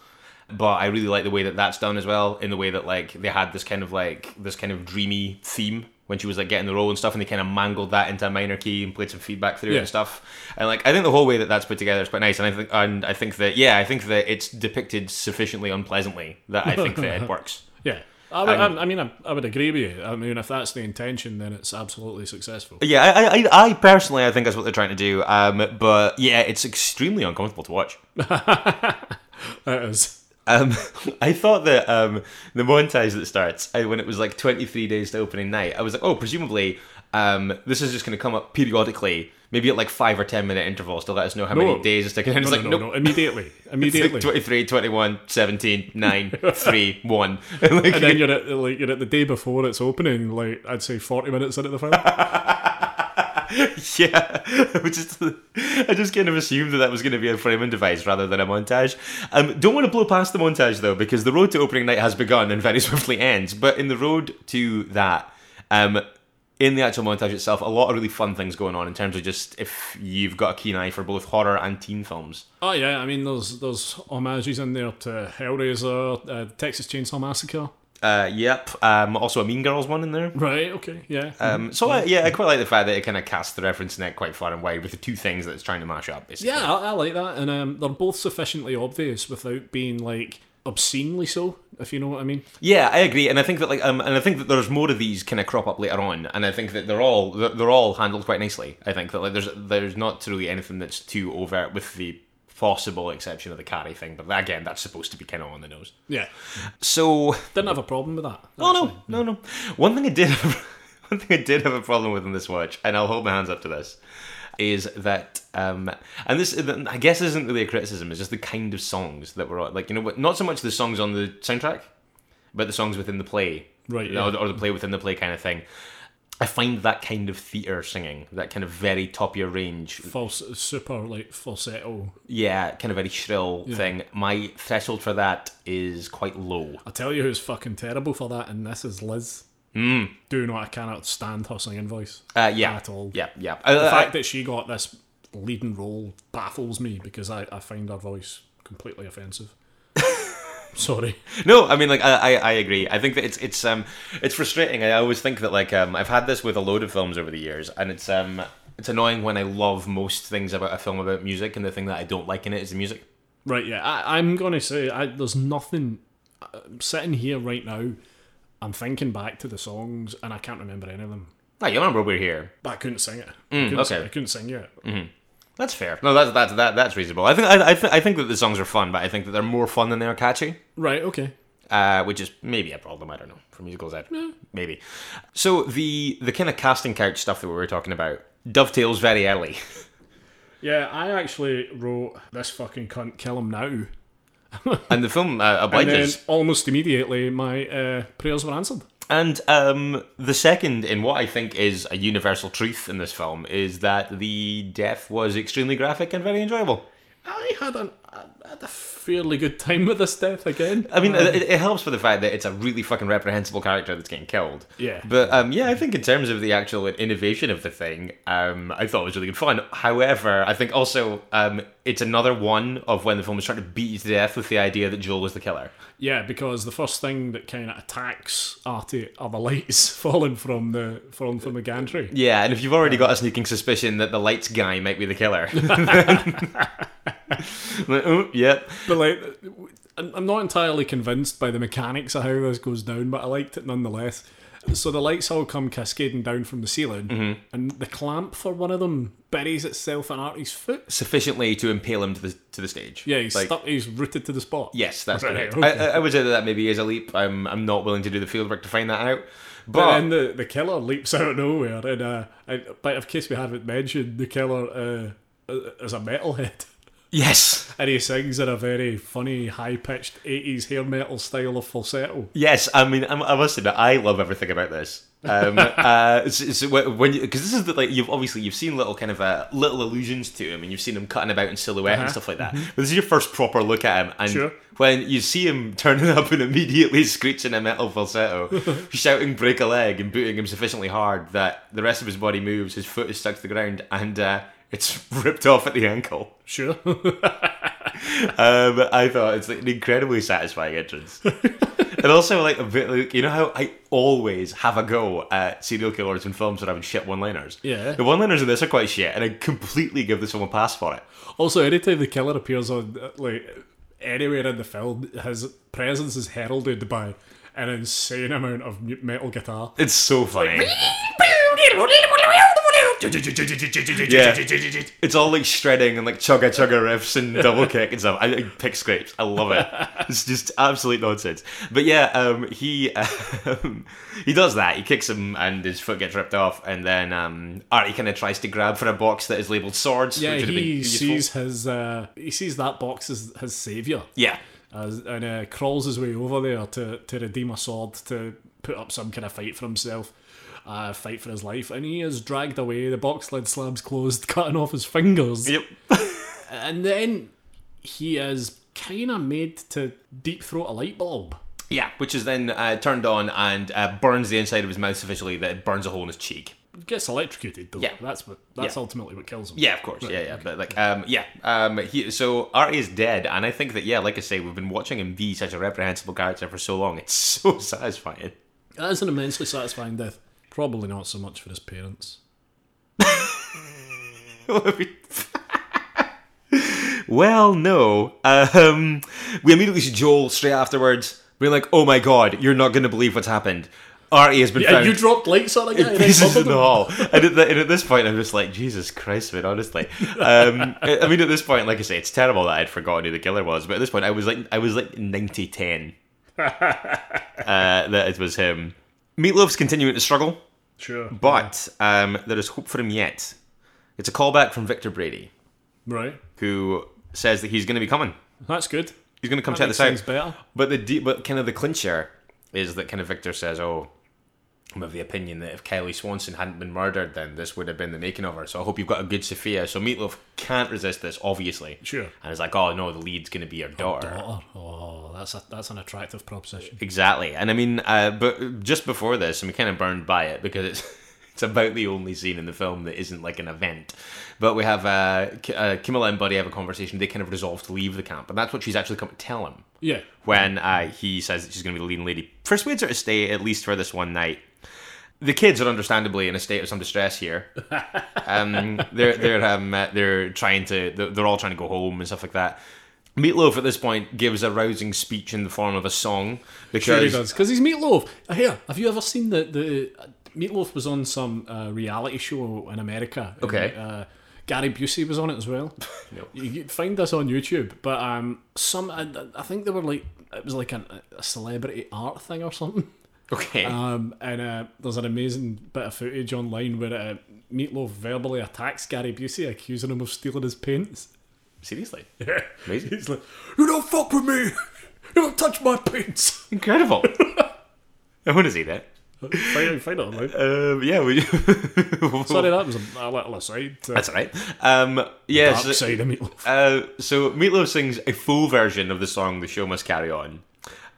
A: But I really like the way that that's done as well, in the way that like they had this kind of like this kind of dreamy theme when she was like getting the role and stuff, and they kind of mangled that into a minor key and played some feedback through it
B: Yeah.
A: and stuff. And like I think the whole way that that's put together is quite nice, and I think and I think that yeah, I think that it's depicted sufficiently unpleasantly that I think
B: [laughs]
A: that it works.
B: Yeah. I, would-
A: um,
B: I, I mean, I, I would agree with you. I mean, if that's the intention, then it's absolutely successful.
A: Yeah, I, I- I, I personally, I think that's what they're trying to do. Um, but yeah, it's extremely uncomfortable to watch.
B: It is.
A: Um, I thought that um, the montage that starts I, when it was like 23 days to opening night, I was like, oh, presumably um, this is just going to come up periodically, maybe at like five or 10 minute intervals to let us know how
B: No.
A: many days it's taken. [laughs] And
B: No,
A: it's
B: no,
A: like,
B: no,
A: nope.
B: no, immediately.
A: [laughs] It's like
B: Immediately.
A: 23, 21, 17,
B: [laughs]
A: 9, 3, 1. And, [laughs] like,
B: and then you're at like you're at the day before it's opening, like I'd say forty minutes into the film.
A: [laughs] Yeah, I was just I just kind of assumed that that was going to be a framing device rather than a montage. Um, don't want to blow past the montage though, because the road to opening night has begun and very [laughs] swiftly ends. But in the road to that, um, in the actual montage itself, a lot of really fun things going on in terms of just if you've got a keen eye for both horror and teen films.
B: oh yeah, I mean there's there's homages in there to Hellraiser, uh, Texas Chainsaw Massacre.
A: Uh, yep. Um, also a Mean Girls one in there.
B: Right, okay, yeah.
A: Um, so I, yeah, I quite like the fact that it kind of casts the reference net quite far and wide with the two things that it's trying to mash up. Basically.
B: yeah, I, I like that. And um, they're both sufficiently obvious without being like obscenely so, if you know what I mean.
A: Yeah, I agree, and I think that like, um, and I think that there's more of these kind of crop up later on, and I think that they're all they're, they're all handled quite nicely. I think that like there's there's not really anything that's too overt, with the possible exception of the carry thing, but again, that's supposed to be kind of on the nose.
B: Yeah.
A: So
B: Didn't have a problem with that.
A: no, no, no, no. One thing I did, have, [laughs] one thing I did have a problem with in this watch, and I'll hold my hands up to this, is that, um, and this, I guess, isn't really a criticism. It's just the kind of songs that were on- like, you know, what- not so much the songs on the soundtrack, but the songs within the play,
B: Right,
A: Or the- or the play within the play kind of thing. I find that kind of theater singing, that kind of very top of your range,
B: False super like falsetto.
A: yeah, kind of very shrill thing. My threshold for that is quite low.
B: I tell you who's fucking terrible for that, and this is Liz. Mm. Do not I cannot stand her singing voice.
A: Uh, Hmm. yeah,
B: At all.
A: yeah, yeah. Uh,
B: The
A: I- I-
B: fact that she got this leading role baffles me because I, I find her voice completely offensive. [laughs] Sorry.
A: No, I mean, like I, I, I agree. I think that it's it's um it's frustrating. I always think that like um I've had this with a load of films over the years, and it's um it's annoying when I love most things about a film about music, and the thing that I don't like in it is the music.
B: Right, yeah. I, I'm going to say I, there's nothing. I'm sitting here right now, I'm thinking back to the songs and I can't remember any of them.
A: No, you remember we're here.
B: But I couldn't sing it. I couldn't,
A: okay.
B: sing- I couldn't sing it.
A: That's fair. No, that's that's that that's reasonable. I think I I, th- I think that the songs are fun, but I think that they're more fun than they are catchy.
B: Right, okay.
A: uh, which is maybe a problem. I don't know for musicals. I maybe. So the the kind of casting couch stuff that we were talking about dovetails very early.
B: Yeah, I actually wrote this fucking cunt, kill him now.
A: And the
B: And
A: film uh,
B: then
A: obliges.
B: almost immediately, my uh, prayers were answered.
A: And um, the second, in what I think is a universal truth in this film, is that the death was extremely graphic and very enjoyable.
B: I had, an, I had a fairly good time with this death again.
A: I mean, it, it helps for the fact that it's a really fucking reprehensible character that's getting killed.
B: Yeah.
A: But um, yeah, I think in terms of the actual innovation of the thing, um, I thought it was really good fun. However, I think also um, it's another one of when the film was trying to beat you to death with the idea that Joel was the killer.
B: Yeah, because the first thing that kind of attacks Artie are the lights [laughs] falling from the falling from the gantry.
A: Yeah, and if you've already got a sneaking suspicion that the lights guy might be the killer, [laughs] like, oh, yep.
B: But like, I'm I'm not entirely convinced by the mechanics of how this goes down, but I liked it nonetheless. So the lights all come cascading down from the ceiling, and the clamp for one of them buries itself in Artie's foot.
A: Sufficiently to impale him to the to the stage.
B: Yeah, he's
A: Like,
B: stuck. He's rooted to the spot.
A: Yes, that's
B: Right,
A: correct.
B: okay.
A: I, I, I would say that that maybe is a leap. I'm I'm not willing to do the field work to find that out.
B: But
A: But
B: then the, the killer leaps out of nowhere, and uh, I, but of course we haven't mentioned the killer uh, is a metalhead.
A: Yes.
B: and he sings in a very funny, high pitched 80s hair metal style of falsetto.
A: Yes. I mean, I'm- I must admit, I love everything about this. Um, uh, so, so wh- when because this is the, like you've obviously you've seen little kind of uh, little allusions to him and you've seen him cutting about in silhouette and stuff like that. But this is your first proper look at him, and
B: Sure.
A: when you see him turning [laughs] up and immediately screeching a metal falsetto, shouting "break a leg" and booting him sufficiently hard that the rest of his body moves, his foot is stuck to the ground, and uh, it's [laughs] ripped off at the ankle.
B: Sure. [laughs]
A: Um, I thought it's like an incredibly satisfying entrance. and also, like, a bit like, you know how I always have a go at serial killers in films that having shit one liners?
B: Yeah.
A: The one liners in this are quite shit, and I completely give this one a pass for it.
B: also, anytime the killer appears on, uh, like, anywhere in the film, his presence is heralded by an insane amount of mu- metal guitar.
A: It's so funny.
B: yeah.
A: It's all like shredding and like chugga chugga riffs and double kick and stuff. I, I pick scrapes. I love it. It's just absolute nonsense. But yeah, um, he um, [laughs] he does that. He kicks him and his foot gets ripped off. And then um, Artie kind of tries to grab for a box that is labeled swords.
B: Yeah,
A: which would have been
B: he
A: useful.
B: sees his uh, he sees that box as his savior,
A: Yeah,
B: as, and uh, crawls his way over there to to redeem a sword to put up some kind of fight for himself, uh, fight for his life, and he is dragged away. The box lid slams closed, [laughs] cutting off his fingers,
A: yep.
B: and then he is kind of made to deep throat a light bulb.
A: Yeah, which is then uh, turned on and uh, burns the inside of his mouth sufficiently that it burns a hole in his cheek.
B: Gets electrocuted though.
A: Yeah.
B: that's what that's
A: Yeah.
B: ultimately what kills him.
A: Yeah, of course. Yeah, yeah. But like, um, yeah. Um, he, so Artie is dead, and I think that yeah, like I say, we've been watching him be such a reprehensible character for so long. It's [laughs] so satisfying. [laughs]
B: that is an immensely satisfying death. Probably not so much for his parents.
A: well, no. Um, we immediately see Joel straight afterwards, being like, "Oh my god, you're not going to believe what's happened." Artie has been
B: Yeah,
A: found.
B: you dropped lights on a guy. and then
A: [laughs] pieces in
B: bubbled
A: the
B: him.
A: hall. And at, the, and at this point, I'm just like, Jesus Christ, man, honestly. Um, I I mean, at this point, like I say, it's terrible that I'd forgotten who the killer was, but at this point, I was like, I was like
B: [laughs]
A: 90 10 uh, that it was him. Meatloaf's continuing to struggle,
B: Sure,
A: but um, there is hope for him yet. It's a callback from Victor Brady,
B: right.
A: who says that he's going to be coming.
B: That's good.
A: He's going to come check
B: Makes
A: this out.
B: things better.
A: But the de- but kind of the clincher is that kind of Victor says, "Oh, I'm of the opinion that if Kylie Swanson hadn't been murdered, then this would have been the making of her." So I hope you've got a good Sophia. So Meatloaf can't resist this, obviously.
B: Sure.
A: And it's like, "Oh no, the lead's going to be her daughter."
B: Daughter. Oh, that's a, that's an attractive proposition.
A: Exactly. And I mean, uh, but just before this, I'm kind of burned by it because it's [laughs] it's about the only scene in the film that isn't like an event. But we have uh, K- uh, Camilla and Buddy have a conversation. They kind of resolve to leave the camp, and that's what she's actually come to tell him
B: Yeah.
A: when uh, he says that she's going to be the leading lady. Persuades her to stay at least for this one night. The kids are understandably in a state of some distress
B: [laughs]
A: here. Um, they're they're um, uh, they're trying to they're, they're all trying to go home and stuff like that. Meatloaf at this point gives a rousing speech in the form of a song
B: Sure he
A: because
B: does because he's Meatloaf. Uh, Here, have you ever seen the the uh, Meatloaf was on some uh, reality show in America? and,
A: Okay.
B: uh, Gary Busey was on it as well.
A: No.
B: You can find this on YouTube, but um, some I, I think they were like it was like an, a celebrity art thing or something. [laughs]
A: okay
B: Um, and uh, there's an amazing bit of footage online where uh, Meatloaf verbally attacks Gary Busey, accusing him of stealing his paints. [laughs]
A: seriously Amazing.
B: He's like, you don't fuck with me. You don't touch my paints. [laughs]
A: incredible. I want to see that.
B: find, find it online.
A: Um, yeah, we. [laughs]
B: Sorry, that was a, a little aside. Uh,
A: that's all right. Um, yeah,
B: dark
A: so-
B: side of [laughs] Meatloaf.
A: Uh, so Meatloaf sings a full version of the song "The Show Must Carry On,"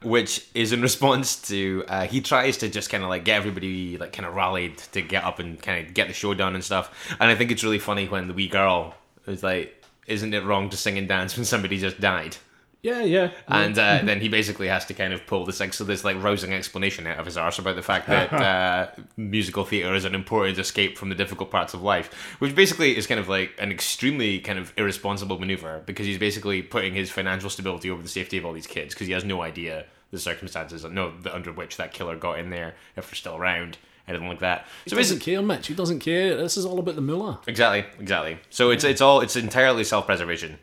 A: which is in [laughs] response to uh, he tries to just kind of like get everybody like kind of rallied to get up and kind of get the show done and stuff. And I think it's really funny when the wee girl is like, "Isn't it wrong to sing and dance when somebody just died?"
B: Yeah, yeah.
A: And uh, then he basically has to kind of pull this, ex- so this like rousing explanation out of his arse about the fact [laughs] that uh, musical theatre is an important escape from the difficult parts of life, which basically is kind of like an extremely kind of irresponsible maneuver because he's basically putting his financial stability over the safety of all these kids because he has no idea the circumstances, no, the, under which that killer got in there, if they're still around, anything like that. So
B: he doesn't
A: basically,
B: care, Mitch. He doesn't care. This is all about the mullah.
A: exactly, exactly. So it's it's all it's entirely self preservation,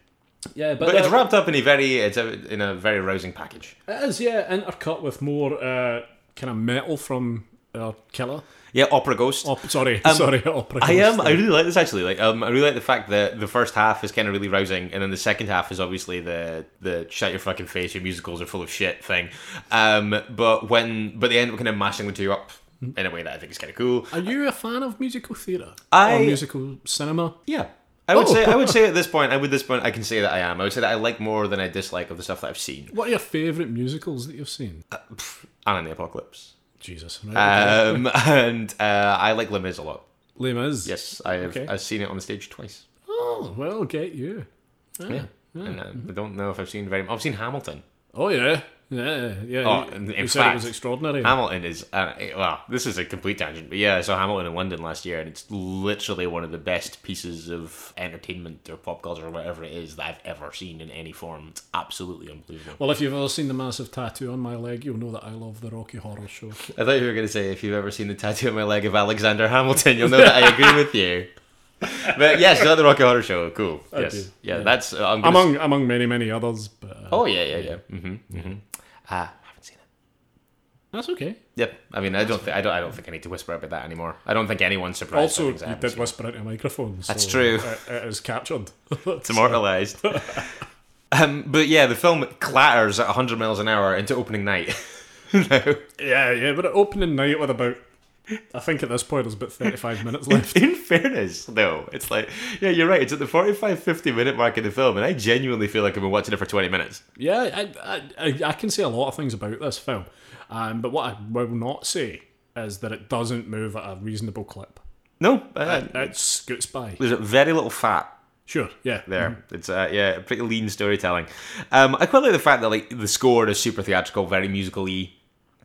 B: Yeah,
A: but uh, it's wrapped up in a very it's a, in a very rousing package.
B: It is, yeah, intercut with more uh, kind of metal from or killer.
A: Yeah, Opera Ghost.
B: Oh, sorry, sorry, [laughs] opera.
A: Um, I am.
B: Ghost.
A: I really like this actually. Like, um, I really like the fact that the first half is kind of really rousing, and then the second half is obviously the the shut your fucking face, your musicals are full of shit thing. Um, but when but they end up kind of mashing the two up in a way that I think is kind of cool.
B: Are you a fan of musical theatre
A: I-
B: or musical cinema?
A: Yeah. I would
B: Oh.
A: say I would
B: [laughs]
A: say at this point I would this point I can say that I am. I would say that I like more than I dislike of the stuff that I've seen.
B: What are your favourite musicals that you've seen?
A: Anna and the Apocalypse.
B: Jesus, right?
A: Um, [laughs] and uh, I like Les Mis a lot.
B: Les Mis.
A: Yes, I have
B: Okay.
A: I've seen it on stage twice.
B: Oh well, get you. Ah.
A: Yeah. And uh, I don't know if I've seen very. I've seen Hamilton.
B: Oh yeah, yeah, yeah.
A: Oh,
B: you
A: in-
B: you
A: in
B: said it
A: fact-
B: was extraordinary.
A: Hamilton is uh, well. This is a complete tangent, but yeah, I saw Hamilton in London last year, and it's literally one of the best pieces of entertainment or pop culture or whatever it is that I've ever seen in any form. It's absolutely unbelievable.
B: well, if you've ever seen the massive tattoo on my leg, you'll know that I love the Rocky Horror Show.
A: I thought you were going to say if you've ever seen the tattoo on my leg of Alexander Hamilton, you'll know that [laughs] I agree with you. But yes, you like the Rocky Horror Show. Cool. Yes.
B: do,
A: Yeah, that's uh, I'm gonna
B: [laughs] among among many many others, but uh,
A: Oh yeah, yeah, yeah. Mm-hmm. Mm-hmm. Ah, I haven't seen it.
B: that's okay.
A: Yep. I mean, I don't think I don't I don't think I need to whisper about that anymore. I don't think anyone's surprised. by
B: Also,
A: things I
B: you
A: haven't
B: did
A: seen.
B: whisper into a microphone. So
A: That's true.
B: It, it is [laughs] captured.
A: It's immortalized. [laughs] um, but yeah, the film clatters at 100 miles an hour into opening night. no.
B: yeah, yeah. But at opening night with about, I think at this point there's about thirty five [laughs] minutes left.
A: [laughs] In fairness, though, it's like, yeah, you're right. It's at the 45, 50 minute mark of the film, and I genuinely feel like I've been watching it for 20 minutes.
B: Yeah, I, I, I, I can say a lot of things about this film, um, but what I will not say is that it doesn't move at a reasonable clip.
A: No, uh,
B: It scoots by.
A: there's a very little fat
B: Sure, yeah.
A: there. It's uh, yeah, pretty lean storytelling. Um, I quite like the fact that like the score is super theatrical, very musical-y.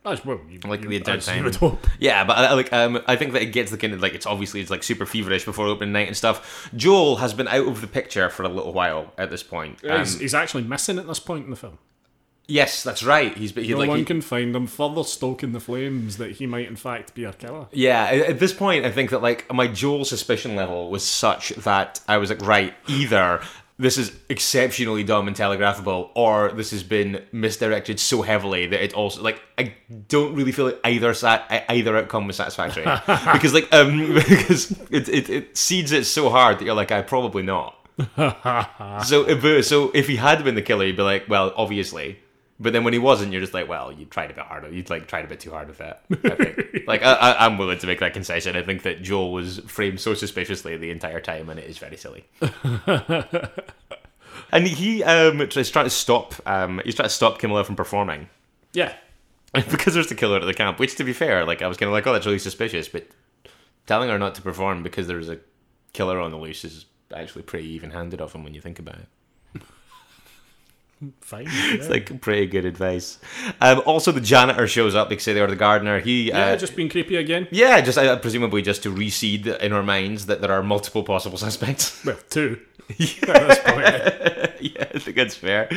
B: That's, well, you,
A: Like
B: you,
A: the entire
B: as you
A: time.
B: would hope.
A: Yeah, but I, I like um, I think that it gets the kind of like it's obviously it's like super feverish before opening night and stuff. Joel has been out of the picture for a little while at this point. Um,
B: he's, he's actually missing at this point in the film.
A: yes, that's right. He's been he,
B: No
A: like
B: one
A: he-
B: can find him, further stoking the flames that he might in fact be our killer.
A: yeah. At, at this point, I think that like my Joel suspicion level was such that I was like, right, either this is exceptionally dumb and telegraphable, or this has been misdirected so heavily that it also like I don't really feel like either sat either outcome
B: [laughs]
A: was satisfactory because like um [laughs] because it it, it seeds it so hard that you're like I probably not. So, if, so if he had been the killer, you'd be like, well, obviously. But then when he wasn't, you're just like, well, you tried a bit harder. You would like tried a bit too hard with that. I think. like, I, I, I'm willing to make that concession. I think that Joel was framed so suspiciously the entire time, and it is very silly. and he um is trying to stop um he's trying to stop Kimila from performing [laughs]
B: Yeah.
A: because there's the killer at the camp. Which, to be fair, like I was kind of like, oh, that's really suspicious. But telling her not to perform because there's a killer on the loose is actually pretty even-handed of him when you think about it.
B: Fine.
A: [laughs] It's
B: Yeah.
A: like pretty good advice. Um, also, the janitor shows up because they are the gardener. He,
B: yeah,
A: uh,
B: just being creepy again.
A: yeah, just uh, presumably just to reseed in our minds that there are multiple possible [laughs] suspects.
B: Well,
A: [laughs]
B: two. At this point.
A: yeah, I think that's fair.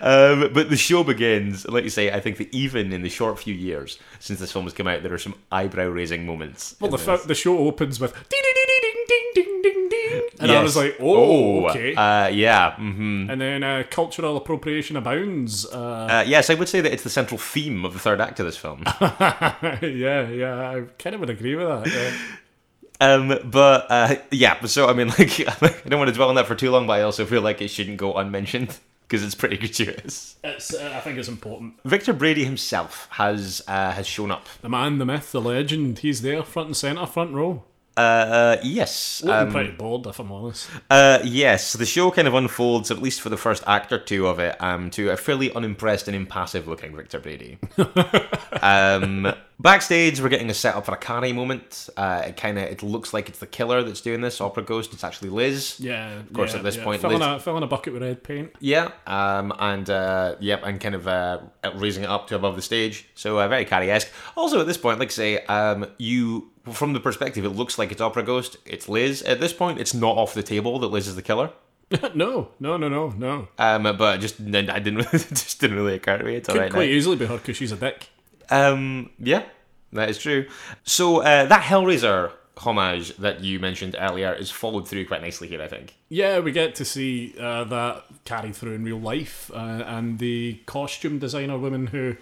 A: Um, but the show begins, and like you say, I think that even in the short few years since this film has come out, there are some eyebrow-raising moments.
B: Well,
A: [laughs] in
B: the,
A: this.
B: fir- the show opens with ding ding ding ding ding ding ding, ding, and I
A: Yes.
B: was like, oh, okay.
A: Uh, yeah. hmm
B: and then uh, cultural appropriation abounds.
A: [laughs]
B: Uh,
A: Uh, yes, I would say that it's the central theme of the third act of this film.
B: yeah, yeah, I kind of would agree with that. yeah.
A: Um, but uh, yeah, so I mean, [laughs] like, I don't want to dwell on that for too long, but I also feel like it shouldn't go unmentioned [laughs] because it's pretty gratuitous.
B: It's, uh, I think it's important.
A: Victor Brady himself has uh, has shown up.
B: The man, the myth, the legend. He's there, front and centre, front row.
A: Uh, uh, yes,
B: Looking
A: um,
B: pretty bored, if I'm honest.
A: uh, yes. The show kind of unfolds, at least for the first act or two of it, um, to a fairly unimpressed and impassive looking Victor Brady. um, backstage, we're getting a setup for a carry moment. Uh, it kind of it looks like it's the killer that's doing this, Opera Ghost. It's actually Liz.
B: Yeah, of
A: course, at this point,
B: fill in,
A: Liz-
B: a, fill in a bucket with red paint. [laughs]
A: Yeah, um, and uh, yep, and kind of uh, raising it up to above the stage. So uh, very Carrie-esque. Also, at this point, like say, um, you from the perspective, it looks like it's Opera Ghost. It's Liz. At this point, it's not off the table that Liz is the killer.
B: no, no, no, no, no.
A: Um, but just [laughs] n- I didn't it just didn't really occur to me. It's all
B: Could
A: right now.
B: quite easily be her because she's a dick.
A: Um, yeah, that is true. So uh, that Hellraiser homage that you mentioned earlier is followed through quite nicely here. I think.
B: Yeah, we get to see uh, that carried through in real life, uh, and the costume designer woman who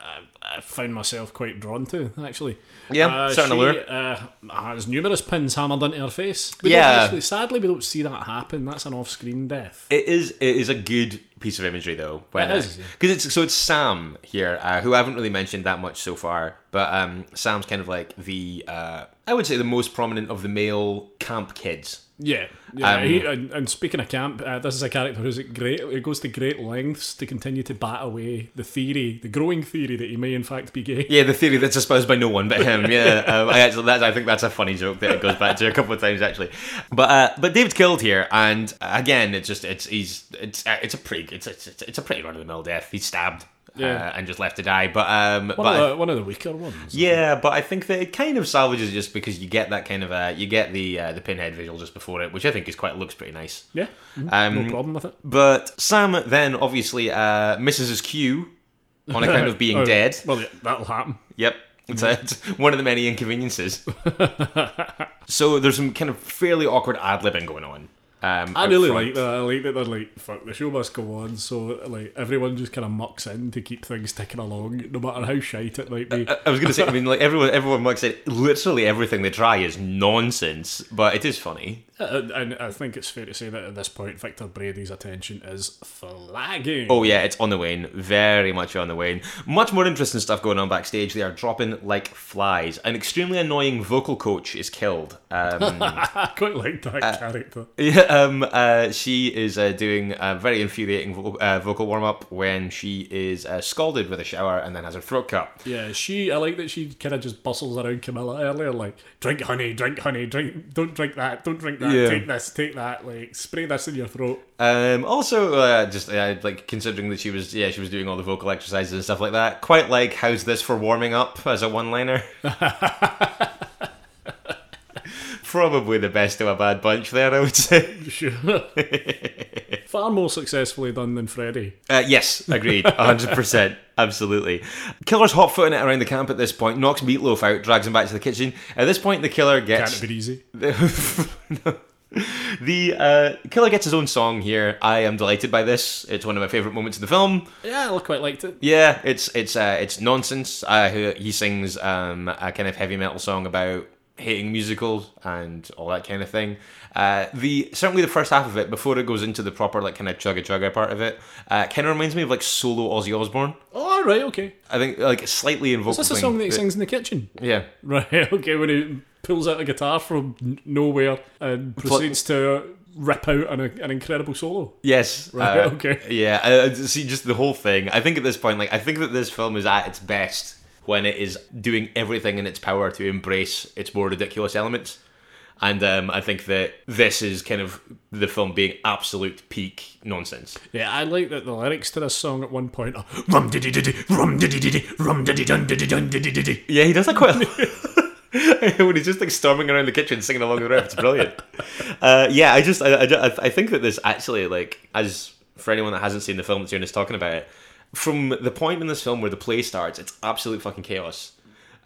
B: I, I found myself quite drawn to, actually.
A: Yeah, certain
B: she,
A: allure.
B: Uh, has numerous pins hammered into her face. We don't
A: Yeah.
B: actually, sadly, we don't see that happen. That's an off screen death.
A: It is it is a good piece of imagery though. When
B: It is, yeah.
A: because it's so it's Sam here uh, who I haven't really mentioned that much so far, but um, Sam's kind of like the uh, I would say the most prominent of the male camp kids.
B: Yeah. yeah
A: Um,
B: he, and, and speaking of camp, uh, this is a character who's at great. It goes to great lengths to continue to bat away the theory, the growing theory that he may in fact be gay.
A: Yeah, the theory that's espoused by no one but him. [laughs] Yeah, um, I actually that's, I think that's a funny joke that it goes back to a couple of times actually. But uh, but David's killed here, and uh, again it's just it's he's it's uh, it's a pretty it's it's, it's- it's a pretty run of the mill death. He's stabbed.
B: Yeah.
A: Uh, and just left to die, but um, but
B: [laughs] One, of the, one of the weaker ones.
A: Yeah, but I think that it kind of salvages it just because you get that kind of uh, you get the uh, the pinhead visual just before it, which I think is quite looks pretty nice.
B: Yeah. mhm,
A: Um,
B: no problem with it.
A: But Sam then obviously uh, misses his cue on account of
B: [laughs]
A: being
B: Oh, Mm-hmm.
A: dead.
B: Well, yeah, that'll happen.
A: Yep. It's, a, it's one of the many
B: [laughs]
A: inconveniences. so there's some kind of fairly awkward ad libbing going on. Um,
B: I really like that. I like that they're like, fuck, the show must go on. So, like, everyone just kind of mucks in to keep things ticking along, no matter how shite it might be.
A: I was gonna say. I
B: [laughs]
A: mean, like everyone, everyone like said, literally everything they try is nonsense, but it is funny.
B: and Uh, and I think it's fair to say that at this point, Victor Brady's attention is flagging.
A: Oh yeah, it's on the wane, very much on the wane. Much more interesting stuff going on backstage. They are dropping like flies. An extremely annoying vocal coach is killed. Um,
B: [laughs]
A: [laughs]
B: I quite like that
A: Uh,
B: character.
A: yeah, um, uh, she is uh, doing a very infuriating vo- uh, vocal warm up when she is uh, scalded with a shower and then has her throat cut.
B: Yeah, she. I like that she kind of just bustles around Camilla earlier, like drink honey, drink honey, drink. Don't drink that. Don't drink that.
A: Yeah.
B: Take this. Take that. Like spray this in your throat. [laughs]
A: Um, also, uh, just uh, like considering that she was yeah she was doing all the vocal exercises and stuff like that. Quite like how's this for warming up as a one liner. Probably the best of a bad bunch there, I would say.
B: Sure. Far more successfully done than Freddy.
A: Uh, yes, agreed. 100%. Absolutely. Killer's hot footing it around the camp at this point, knocks Meatloaf out, drags him back to the kitchen. At this point, the killer
B: Can't
A: gets.
B: it be easy?
A: the uh, killer gets his own song here. I am delighted by this. It's one of my favourite moments in the film.
B: Yeah, I quite liked it.
A: Yeah, it's it's uh, it's nonsense. Uh, he- he sings um, a kind of heavy metal song about hating musicals and all that kind of thing. Uh, the certainly the first half of it before it goes into the proper like kind of chugga chugga part of it, uh, kind of reminds me of like solo Ozzy Osbourne.
B: Oh, all right, okay.
A: I think like slightly in vocal.
B: That's a
A: thing.
B: song that he sings in the kitchen. [laughs]
A: Yeah.
B: Right, okay, when he pulls out a guitar from n- nowhere and proceeds to rip out an, an incredible solo.
A: Yes.
B: Right,
A: uh,
B: [laughs] okay.
A: Yeah. Uh, see, just the whole thing. I think at this point, like, I think that this film is at its best when it is doing everything in its power to embrace its more ridiculous elements. And um, I think that this is kind of the film being absolute peak nonsense.
B: Yeah, I like that the lyrics to this song at one point are rum diddy diddy, rum diddy diddy, rum diddy dun diddy dun diddy diddy.
A: Yeah, he does that quite. a lot. [laughs] when he's just like storming around the kitchen singing along with the ref, it's brilliant. uh, yeah, I just I, I ju- I think that this actually like as for anyone that hasn't seen the film that June is talking about it, from the point in this film where the play starts, it's absolute fucking chaos.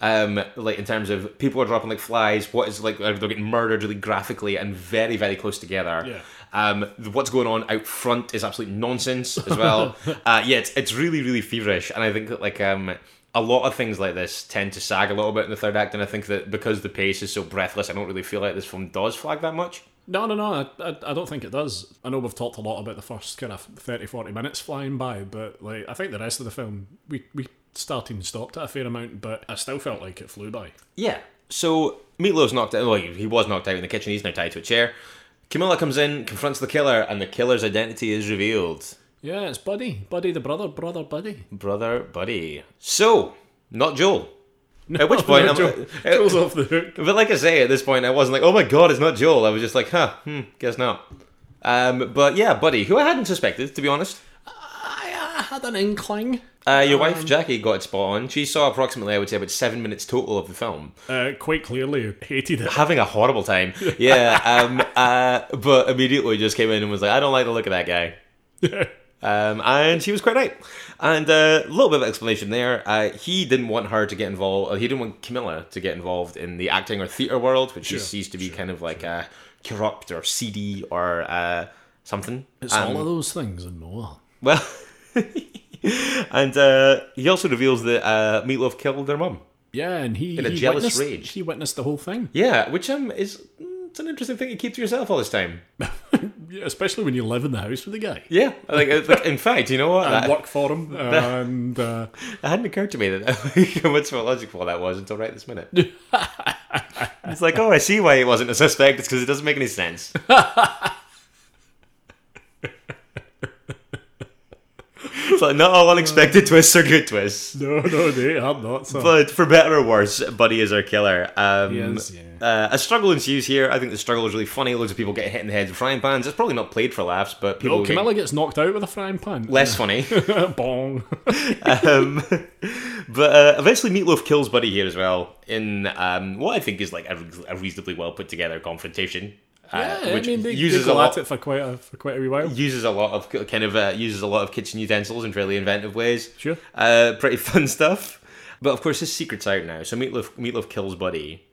A: Um, like in terms of people are dropping like flies, what is like they're getting murdered really graphically and very very close together.
B: Yeah.
A: Um, what's going on out front is absolute nonsense as well. uh, yeah, it's, it's really, really feverish, and I think that like um, a lot of things like this tend to sag a little bit in the third act, and I think that because the pace is so breathless, I don't really feel like this film does flag that much.
B: No, no, no, I, I, I don't think it does. I know we've talked a lot about the first kind of 30, 40 minutes flying by, but like I think the rest of the film, we, we started and stopped at a fair amount, but I still felt like it flew by.
A: Yeah. So Meatloaf's knocked out. Well, he was knocked out in the kitchen. He's now tied to a chair. Camilla comes in, confronts the killer, and the killer's identity is revealed.
B: Yeah, it's Buddy. Buddy the brother, brother
A: [laughs]
B: Buddy.
A: Brother, buddy. So not Joel.
B: [laughs] No,
A: which point
B: no,
A: I'm- [laughs]
B: Joe- Joe's off the hook.
A: But like I say, at this point, I wasn't like, oh my god, it's not Joel. I was just like, huh, hmm, guess not. Um, but yeah, buddy, who I hadn't suspected, to be honest.
B: I, I had an inkling.
A: Uh, your
B: Um,
A: wife Jackie got it spot on. She saw approximately, I would say, about seven minutes total of the film,
B: Uh, quite clearly hated it.
A: having a horrible time. Yeah, um, uh, but immediately just came in and was like, I don't like the look of that guy. Um, and she was quite right. And a little bit of explanation there. Uh, he didn't want her to get involved. uh, He didn't want Camilla to get involved in the acting or theater world, which she sees to be kind of like uh, corrupt or seedy or uh, something. [laughs]
B: It's all of those things and more.
A: Well, and uh, he also reveals that uh, Meatloaf killed their mum.
B: Yeah, and he
A: In a
B: he
A: jealous
B: witnessed,
A: rage.
B: He witnessed the whole thing,
A: Yeah, which um is mm, it's an interesting thing to keep to yourself all this time.
B: Yeah, especially when you live in the house with the guy.
A: Yeah, like, it's
B: [laughs]
A: like in fact, you know what?
B: And
A: That,
B: work for
A: [laughs]
B: him, and uh,
A: that hadn't occurred to me that [laughs] like, how much more logical that was until right
B: [laughs]
A: this minute. it's like, oh, I see why he wasn't a suspect. It's because it doesn't make
B: [laughs]
A: any sense. it's like not all
B: Uh.
A: unexpected twists are good twists.
B: no, no, they are not. So.
A: But for better or worse, Buddy is our killer. Um,
B: He is, yeah.
A: uh, a struggle ensues here. I think the struggle is really funny. Loads of people get hit in the head with frying pans. It's probably not played for laughs, but people
B: oh,
A: get
B: Camilla gets knocked out with a frying pan.
A: less Uh, funny.
B: [laughs]
A: [laughs]
B: Bong.
A: um, [laughs] but uh, eventually, Meatloaf kills Buddy here as well in um, what I think is like a, a reasonably well put together confrontation.
B: Yeah,
A: uh,
B: I mean, they,
A: uses
B: they
A: a
B: go
A: lot.
B: at it for quite a for quite a wee while.
A: Uses a lot of kind of uh, uses a lot of kitchen utensils in fairly inventive ways.
B: Sure.
A: uh, pretty [laughs] fun stuff. But of course, his secret's out now. So Meatloaf Meatloaf kills Buddy,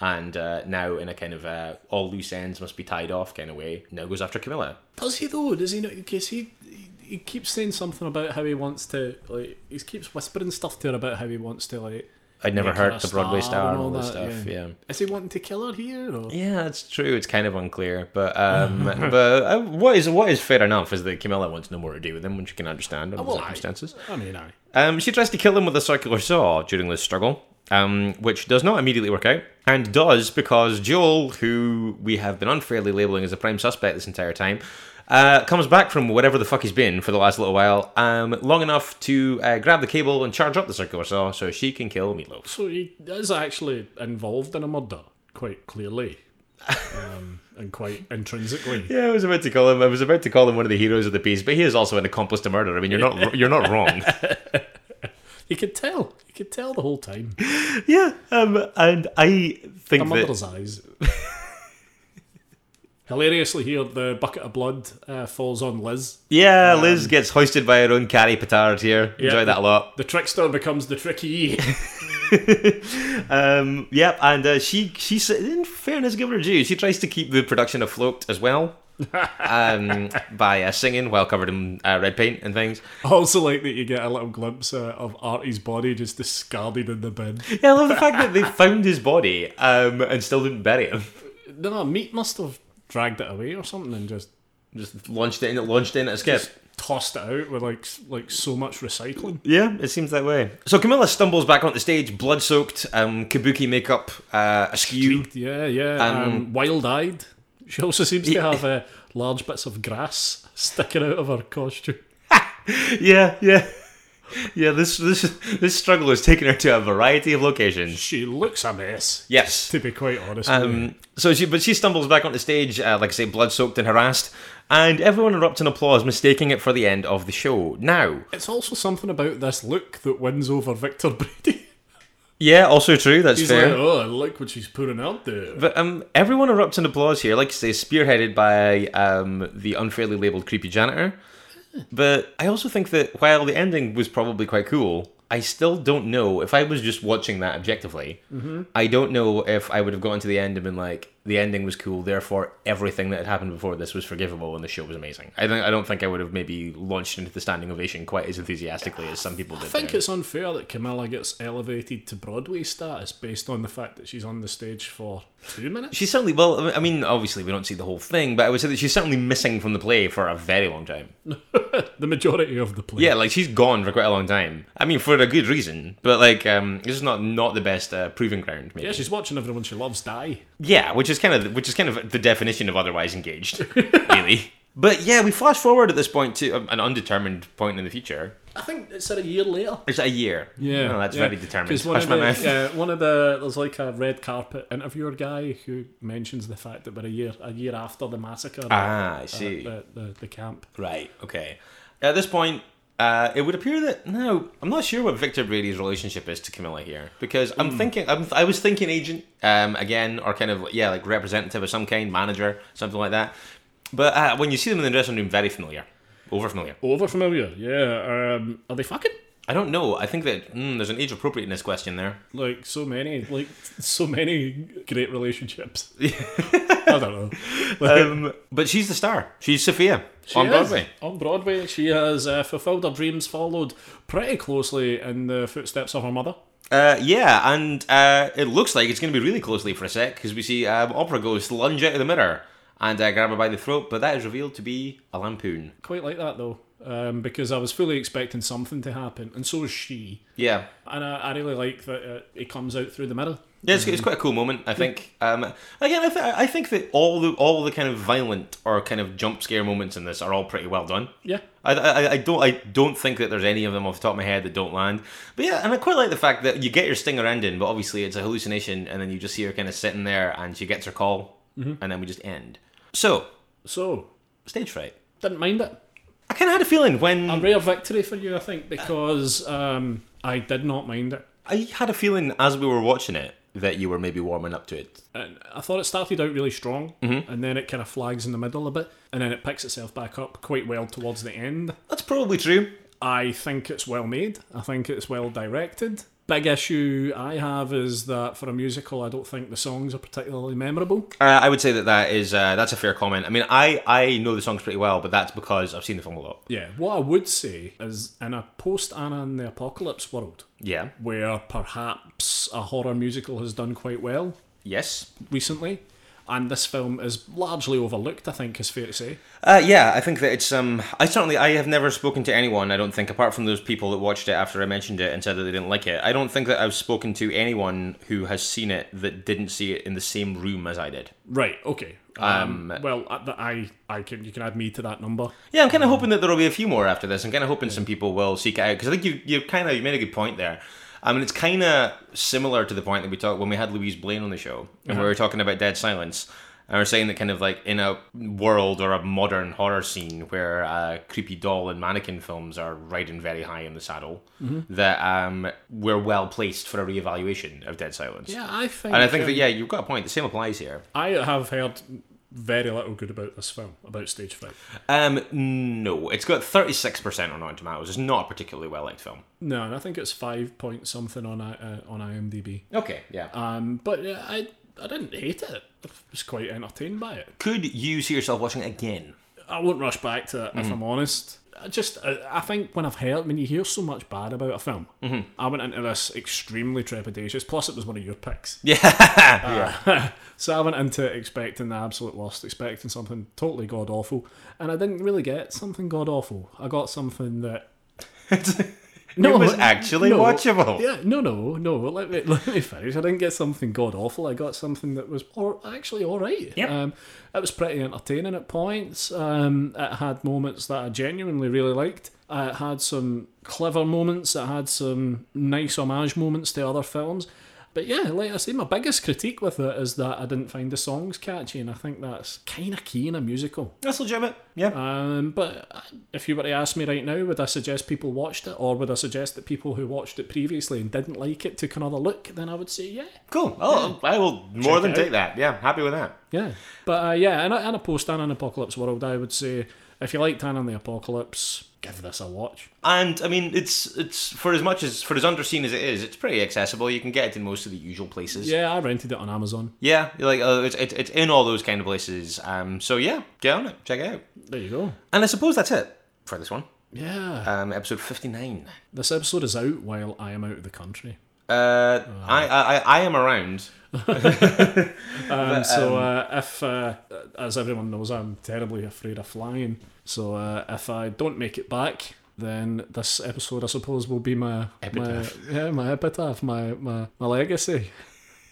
A: and uh, now in a kind of uh, all loose ends must be tied off kind of way. Now goes after Camilla.
B: Does he though? Does he not? Because he, he he keeps saying something about how he wants to like he keeps whispering stuff to her about how he wants to like.
A: I'd never
B: make her a
A: hurt the Broadway star and all this
B: that,
A: stuff. yeah.
B: Is he wanting to kill her here? Or?
A: Yeah, that's true. It's kind of unclear, but
B: [laughs]
A: um, but uh, what is what is fair enough is that Camilla wants no more to do with him, which you can understand under
B: Oh, well,
A: the
B: I-
A: circumstances.
B: I mean, I.
A: Um, she tries to kill him with a circular saw during this struggle, um, which does not immediately work out, and does because Joel, who we have been unfairly labeling as a prime suspect this entire time, uh, comes back from whatever the fuck he's been for the last little while, um, long enough to uh, grab the cable and charge up the circular saw so she can kill Meatloaf.
B: So he is actually involved in a murder, quite
A: [laughs]
B: clearly, um, and quite intrinsically.
A: Yeah, I was about to call him. I was about to call him one of the heroes of the piece, but he is also an accomplice to murder. I mean, you're not you're not [laughs] wrong.
B: You could tell. You could tell the whole time.
A: yeah, um, and I
B: A
A: think that
B: mother's eyes. [laughs] Hilariously, here the bucket of blood uh, falls on Liz.
A: yeah, Liz gets hoisted by her own carry petard here. Enjoy that a lot.
B: The trickster becomes the tricky. [laughs]
A: Um, yep, and uh, she she s- in fairness, give her due. She tries to keep the production afloat as well. [laughs] um, by uh, singing while covered in uh, red paint and things.
B: I also like that you get a little glimpse uh, of Artie's body just discarded in the bin.
A: Yeah, I love the fact that they found his body um, and still didn't bury him.
B: No, meat must have dragged it away or something and just
A: Just launched it in, launched in at a skip.
B: tossed it out with like s- like so much recycling.
A: Yeah, it seems that way. So Camilla stumbles back onto the stage, blood soaked, um, kabuki makeup uh, askew.
B: Yeah, yeah. Um, wild-eyed. She also seems to have uh, large bits of grass sticking out of her costume.
A: [laughs] Yeah, yeah. Yeah, this this this struggle has taken her to a variety of locations.
B: She looks a mess,
A: Yes.
B: to be quite honest. with you.
A: Um, so she, but she stumbles back onto stage, uh, like I say, blood soaked and harassed, and everyone erupts in applause, mistaking it for the end of the show. Now,
B: It's also something about this look that wins over Victor Brady. [laughs]
A: yeah, also true. That's
B: He's
A: fair.
B: like, oh, I like what she's putting out there.
A: But um, everyone erupts in applause here, like I say, spearheaded by um, the unfairly labelled creepy janitor. But I also think that while the ending was probably quite cool, I still don't know if I was just watching that objectively.
B: Mm-hmm.
A: I don't know if I would have gotten to the end and been like, the ending was cool, therefore everything that had happened before this was forgivable and the show was amazing. I think I don't think I would have maybe launched into the standing ovation quite as enthusiastically as some people did.
B: I think
A: there.
B: it's unfair that Camilla gets elevated to Broadway status based on the fact that she's on the stage for two minutes.
A: She's certainly well. I mean, obviously we don't see the whole thing, but I would say that she's certainly missing from the play for a very long time.
B: The majority of the play.
A: Yeah, like she's gone for quite a long time. I mean, for a good reason, but like, um, this is not not the best uh, proving ground. Maybe.
B: Yeah, she's watching everyone she loves die.
A: Yeah, which is kind of which is kind of the definition of
B: [laughs]
A: otherwise engaged, really. But yeah, we flash forward at this point to um, an undetermined point in the future.
B: I think it's said a year later.
A: It's a year.
B: Yeah,
A: no, that's
B: yeah.
A: very determined.
B: 'Cause One
A: Hush
B: of
A: my
B: the,
A: mouth.
B: Yeah, one of the there's like a red carpet interviewer guy who mentions the fact that we're a year a year after the massacre. at-
A: Ah, I see.
B: at the, the, the camp.
A: Right. Okay. At this point, uh, it would appear that no, I'm not sure what Victor Brady's relationship is to Camilla here because I'm
B: Hmm.
A: thinking I'm, I was thinking agent um, again or kind of yeah like representative of some kind, manager, something like that. But uh, when you see them in the dressing room, very familiar, over familiar.
B: Over familiar, yeah. Um, are they fucking?
A: I don't know. I think that mm, there's an age appropriateness question there.
B: Like so many, like so many great
A: [laughs]
B: relationships. I don't know. Like,
A: Um, but she's the star. She's Sophia
B: she
A: on
B: is.
A: Broadway.
B: On Broadway, she has uh, fulfilled her dreams, followed pretty closely in the footsteps of her mother.
A: Uh, yeah, and uh, it looks like it's going to be really closely for a sec because we see um, Opera Ghost lunge out of the mirror and uh, grab her by the throat, but that is revealed to be a lampoon.
B: Quite like that though, um, because I was fully expecting something to happen, and so is she.
A: Yeah.
B: And I, I really like that uh, it comes out through the mirror.
A: Yeah, it's, it's quite a cool moment, I think. Um, again, I, th- I think that all the all the kind of violent or kind of jump scare moments in this are all pretty well done.
B: Yeah,
A: I, I, I don't I don't think that there's any of them off the top of my head that don't land. But yeah, and I quite like the fact that you get your stinger ending, but obviously it's a hallucination, and then you just see her kind of sitting there, and she gets her call, and then we just end. So
B: so
A: stage fright.
B: didn't mind it.
A: I kind of had a feeling when
B: A rare victory for you, I think, because um, I did not mind it.
A: I had a feeling as we were watching it that you were maybe warming up to it.
B: And I thought it started out really strong, and then it kind of flags in the middle a bit, and then it picks itself back up quite well towards the end.
A: That's probably true.
B: I think it's well made. I think it's well directed. Big issue I have is that for a musical, I don't think the songs are particularly memorable.
A: Uh, I would say that that is uh, that's a fair comment. I mean, I I know the songs pretty well, but that's because I've seen the film a lot.
B: Yeah, what I would say is in a post Anna and the Apocalypse world,
A: Yeah.
B: where perhaps a horror musical has done quite well
A: Yes.
B: recently, and this film is largely overlooked, I think is fair to say.
A: Uh, yeah, I think that it's um. I certainly I have never spoken to anyone. I don't think apart from those people that watched it after I mentioned it and said that they didn't like it. I don't think that I've spoken to anyone who has seen it that didn't see it in the same room as I did.
B: Right, okay. Um, well, I, I, I can you can add me to that number.
A: Yeah, I'm kind of hoping that there will be a few more after this. I'm kind of hoping some people will seek it out because I think you you kind of you made a good point there. I mean, it's kind of similar to the point that we talked when we had Louise Blaine on the show and we were talking about Dead Silence. And we we're saying that kind of like in a world or a modern horror scene where uh, creepy doll and mannequin films are riding very high in the saddle, that um, we're well placed for a reevaluation of Dead Silence.
B: Yeah, I think.
A: And I think that yeah, you've got a point. The same applies here.
B: I have heard very little good about this film, about Stage Fright.
A: Um, no, it's got thirty six percent on Rotten Tomatoes. It's not a particularly well liked film.
B: No, and I think it's five point something on I- uh, on IMDb.
A: Okay, yeah.
B: Um, but uh, I I didn't hate it. I was quite entertained by it.
A: Could you see yourself watching it again?
B: I won't rush back to it if I'm honest. I just I, I think when I've heard when you hear so much bad about a film, I went into this extremely trepidatious. Plus, it was one of your picks, Uh,
A: Yeah.
B: [laughs] so I went into it expecting the absolute worst, expecting something totally god awful, and I didn't really get something god awful. I got something that
A: [laughs] it was actually
B: no.
A: watchable.
B: Yeah, no, no, no. Let me [laughs] let me finish. I didn't get something god awful. I got something that was or actually all right.
A: Yep.
B: Um, it was pretty entertaining at points. Um, it had moments that I genuinely really liked. Uh, it had some clever moments. It had some nice homage moments to other films. But yeah, like I say, my biggest critique with it is that I didn't find the songs catchy, and I think that's kind of key in a musical.
A: That's legitimate. Yeah.
B: Um, but if you were to ask me right now, would I suggest people watched it, or would I suggest that people who watched it previously and didn't like it took another look? Then I would say yeah,
A: cool. Oh, I will more
B: Check
A: than
B: it
A: take that. Yeah, happy with that.
B: yeah. But uh, yeah, in a, in a post Anna and Apocalypse world, I would say if you liked Anna and the Apocalypse, give this a watch.
A: And I mean, it's it's for as much as for as underseen as it is, it's pretty accessible. You can get it in most of the usual places.
B: Yeah, I rented it on Amazon.
A: Yeah, like uh, it's, it's it's in all those kind of places. Um, so yeah, get on it, check it out.
B: There you go.
A: And I suppose that's it for this one.
B: Yeah,
A: Um, episode fifty nine.
B: this episode is out while I am out of the country,
A: Uh, I, I I am around.
B: and
A: um,
B: so uh, if, uh, as everyone knows, I'm terribly afraid of flying. So uh, if I don't make it back, then this episode, I suppose, will be my
A: Epitaph.
B: my yeah, my epitaph, my my, my legacy.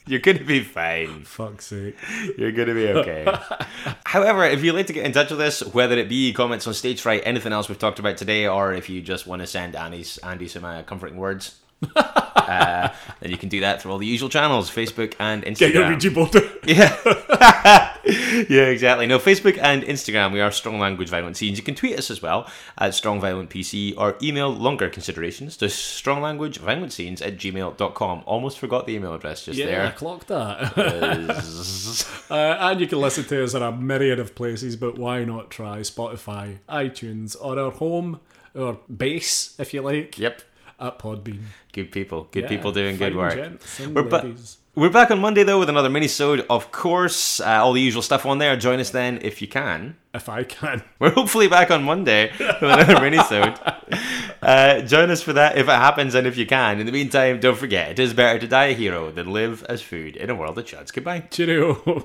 A: You're gonna be fine.
B: Fuck's sake.
A: You're going to be okay. [laughs] However, if you'd like to get in touch with us, whether it be comments on stage fright, anything else we've talked about today, or if you just want to send Andy, Andy some uh, comforting [laughs] words, uh, then you can do that through all the usual channels Facebook and Instagram. [laughs]
B: board.
A: Yeah. yeah, [laughs] exactly. No, Facebook and Instagram, we are Strong Language Violent Scenes. You can tweet us as well at Strong Violent PC or email longer considerations to Strong Language Violent Scenes at gmail.com. Almost forgot the email address just
B: Yeah, I
A: there.
B: clocked that. [laughs] uh, and you can listen to us in a myriad of places, but why not try Spotify, iTunes, or our home, or base, if you like.
A: Yep.
B: at Podbean.
A: Good people. Good
B: Yeah,
A: people doing good
B: fine
A: work.
B: gents and
A: We're ba-
B: ladies.
A: We're back on Monday though with another mini-sode, of course. Uh, all the usual stuff on there. Join us then if you can.
B: if I can.
A: We're hopefully back on Monday with another [laughs] mini-sode. Uh, join us for that if it happens and if you can. In the meantime, don't forget it is better to die a hero than live as food in a world of chuds. Goodbye.
B: Cheerio.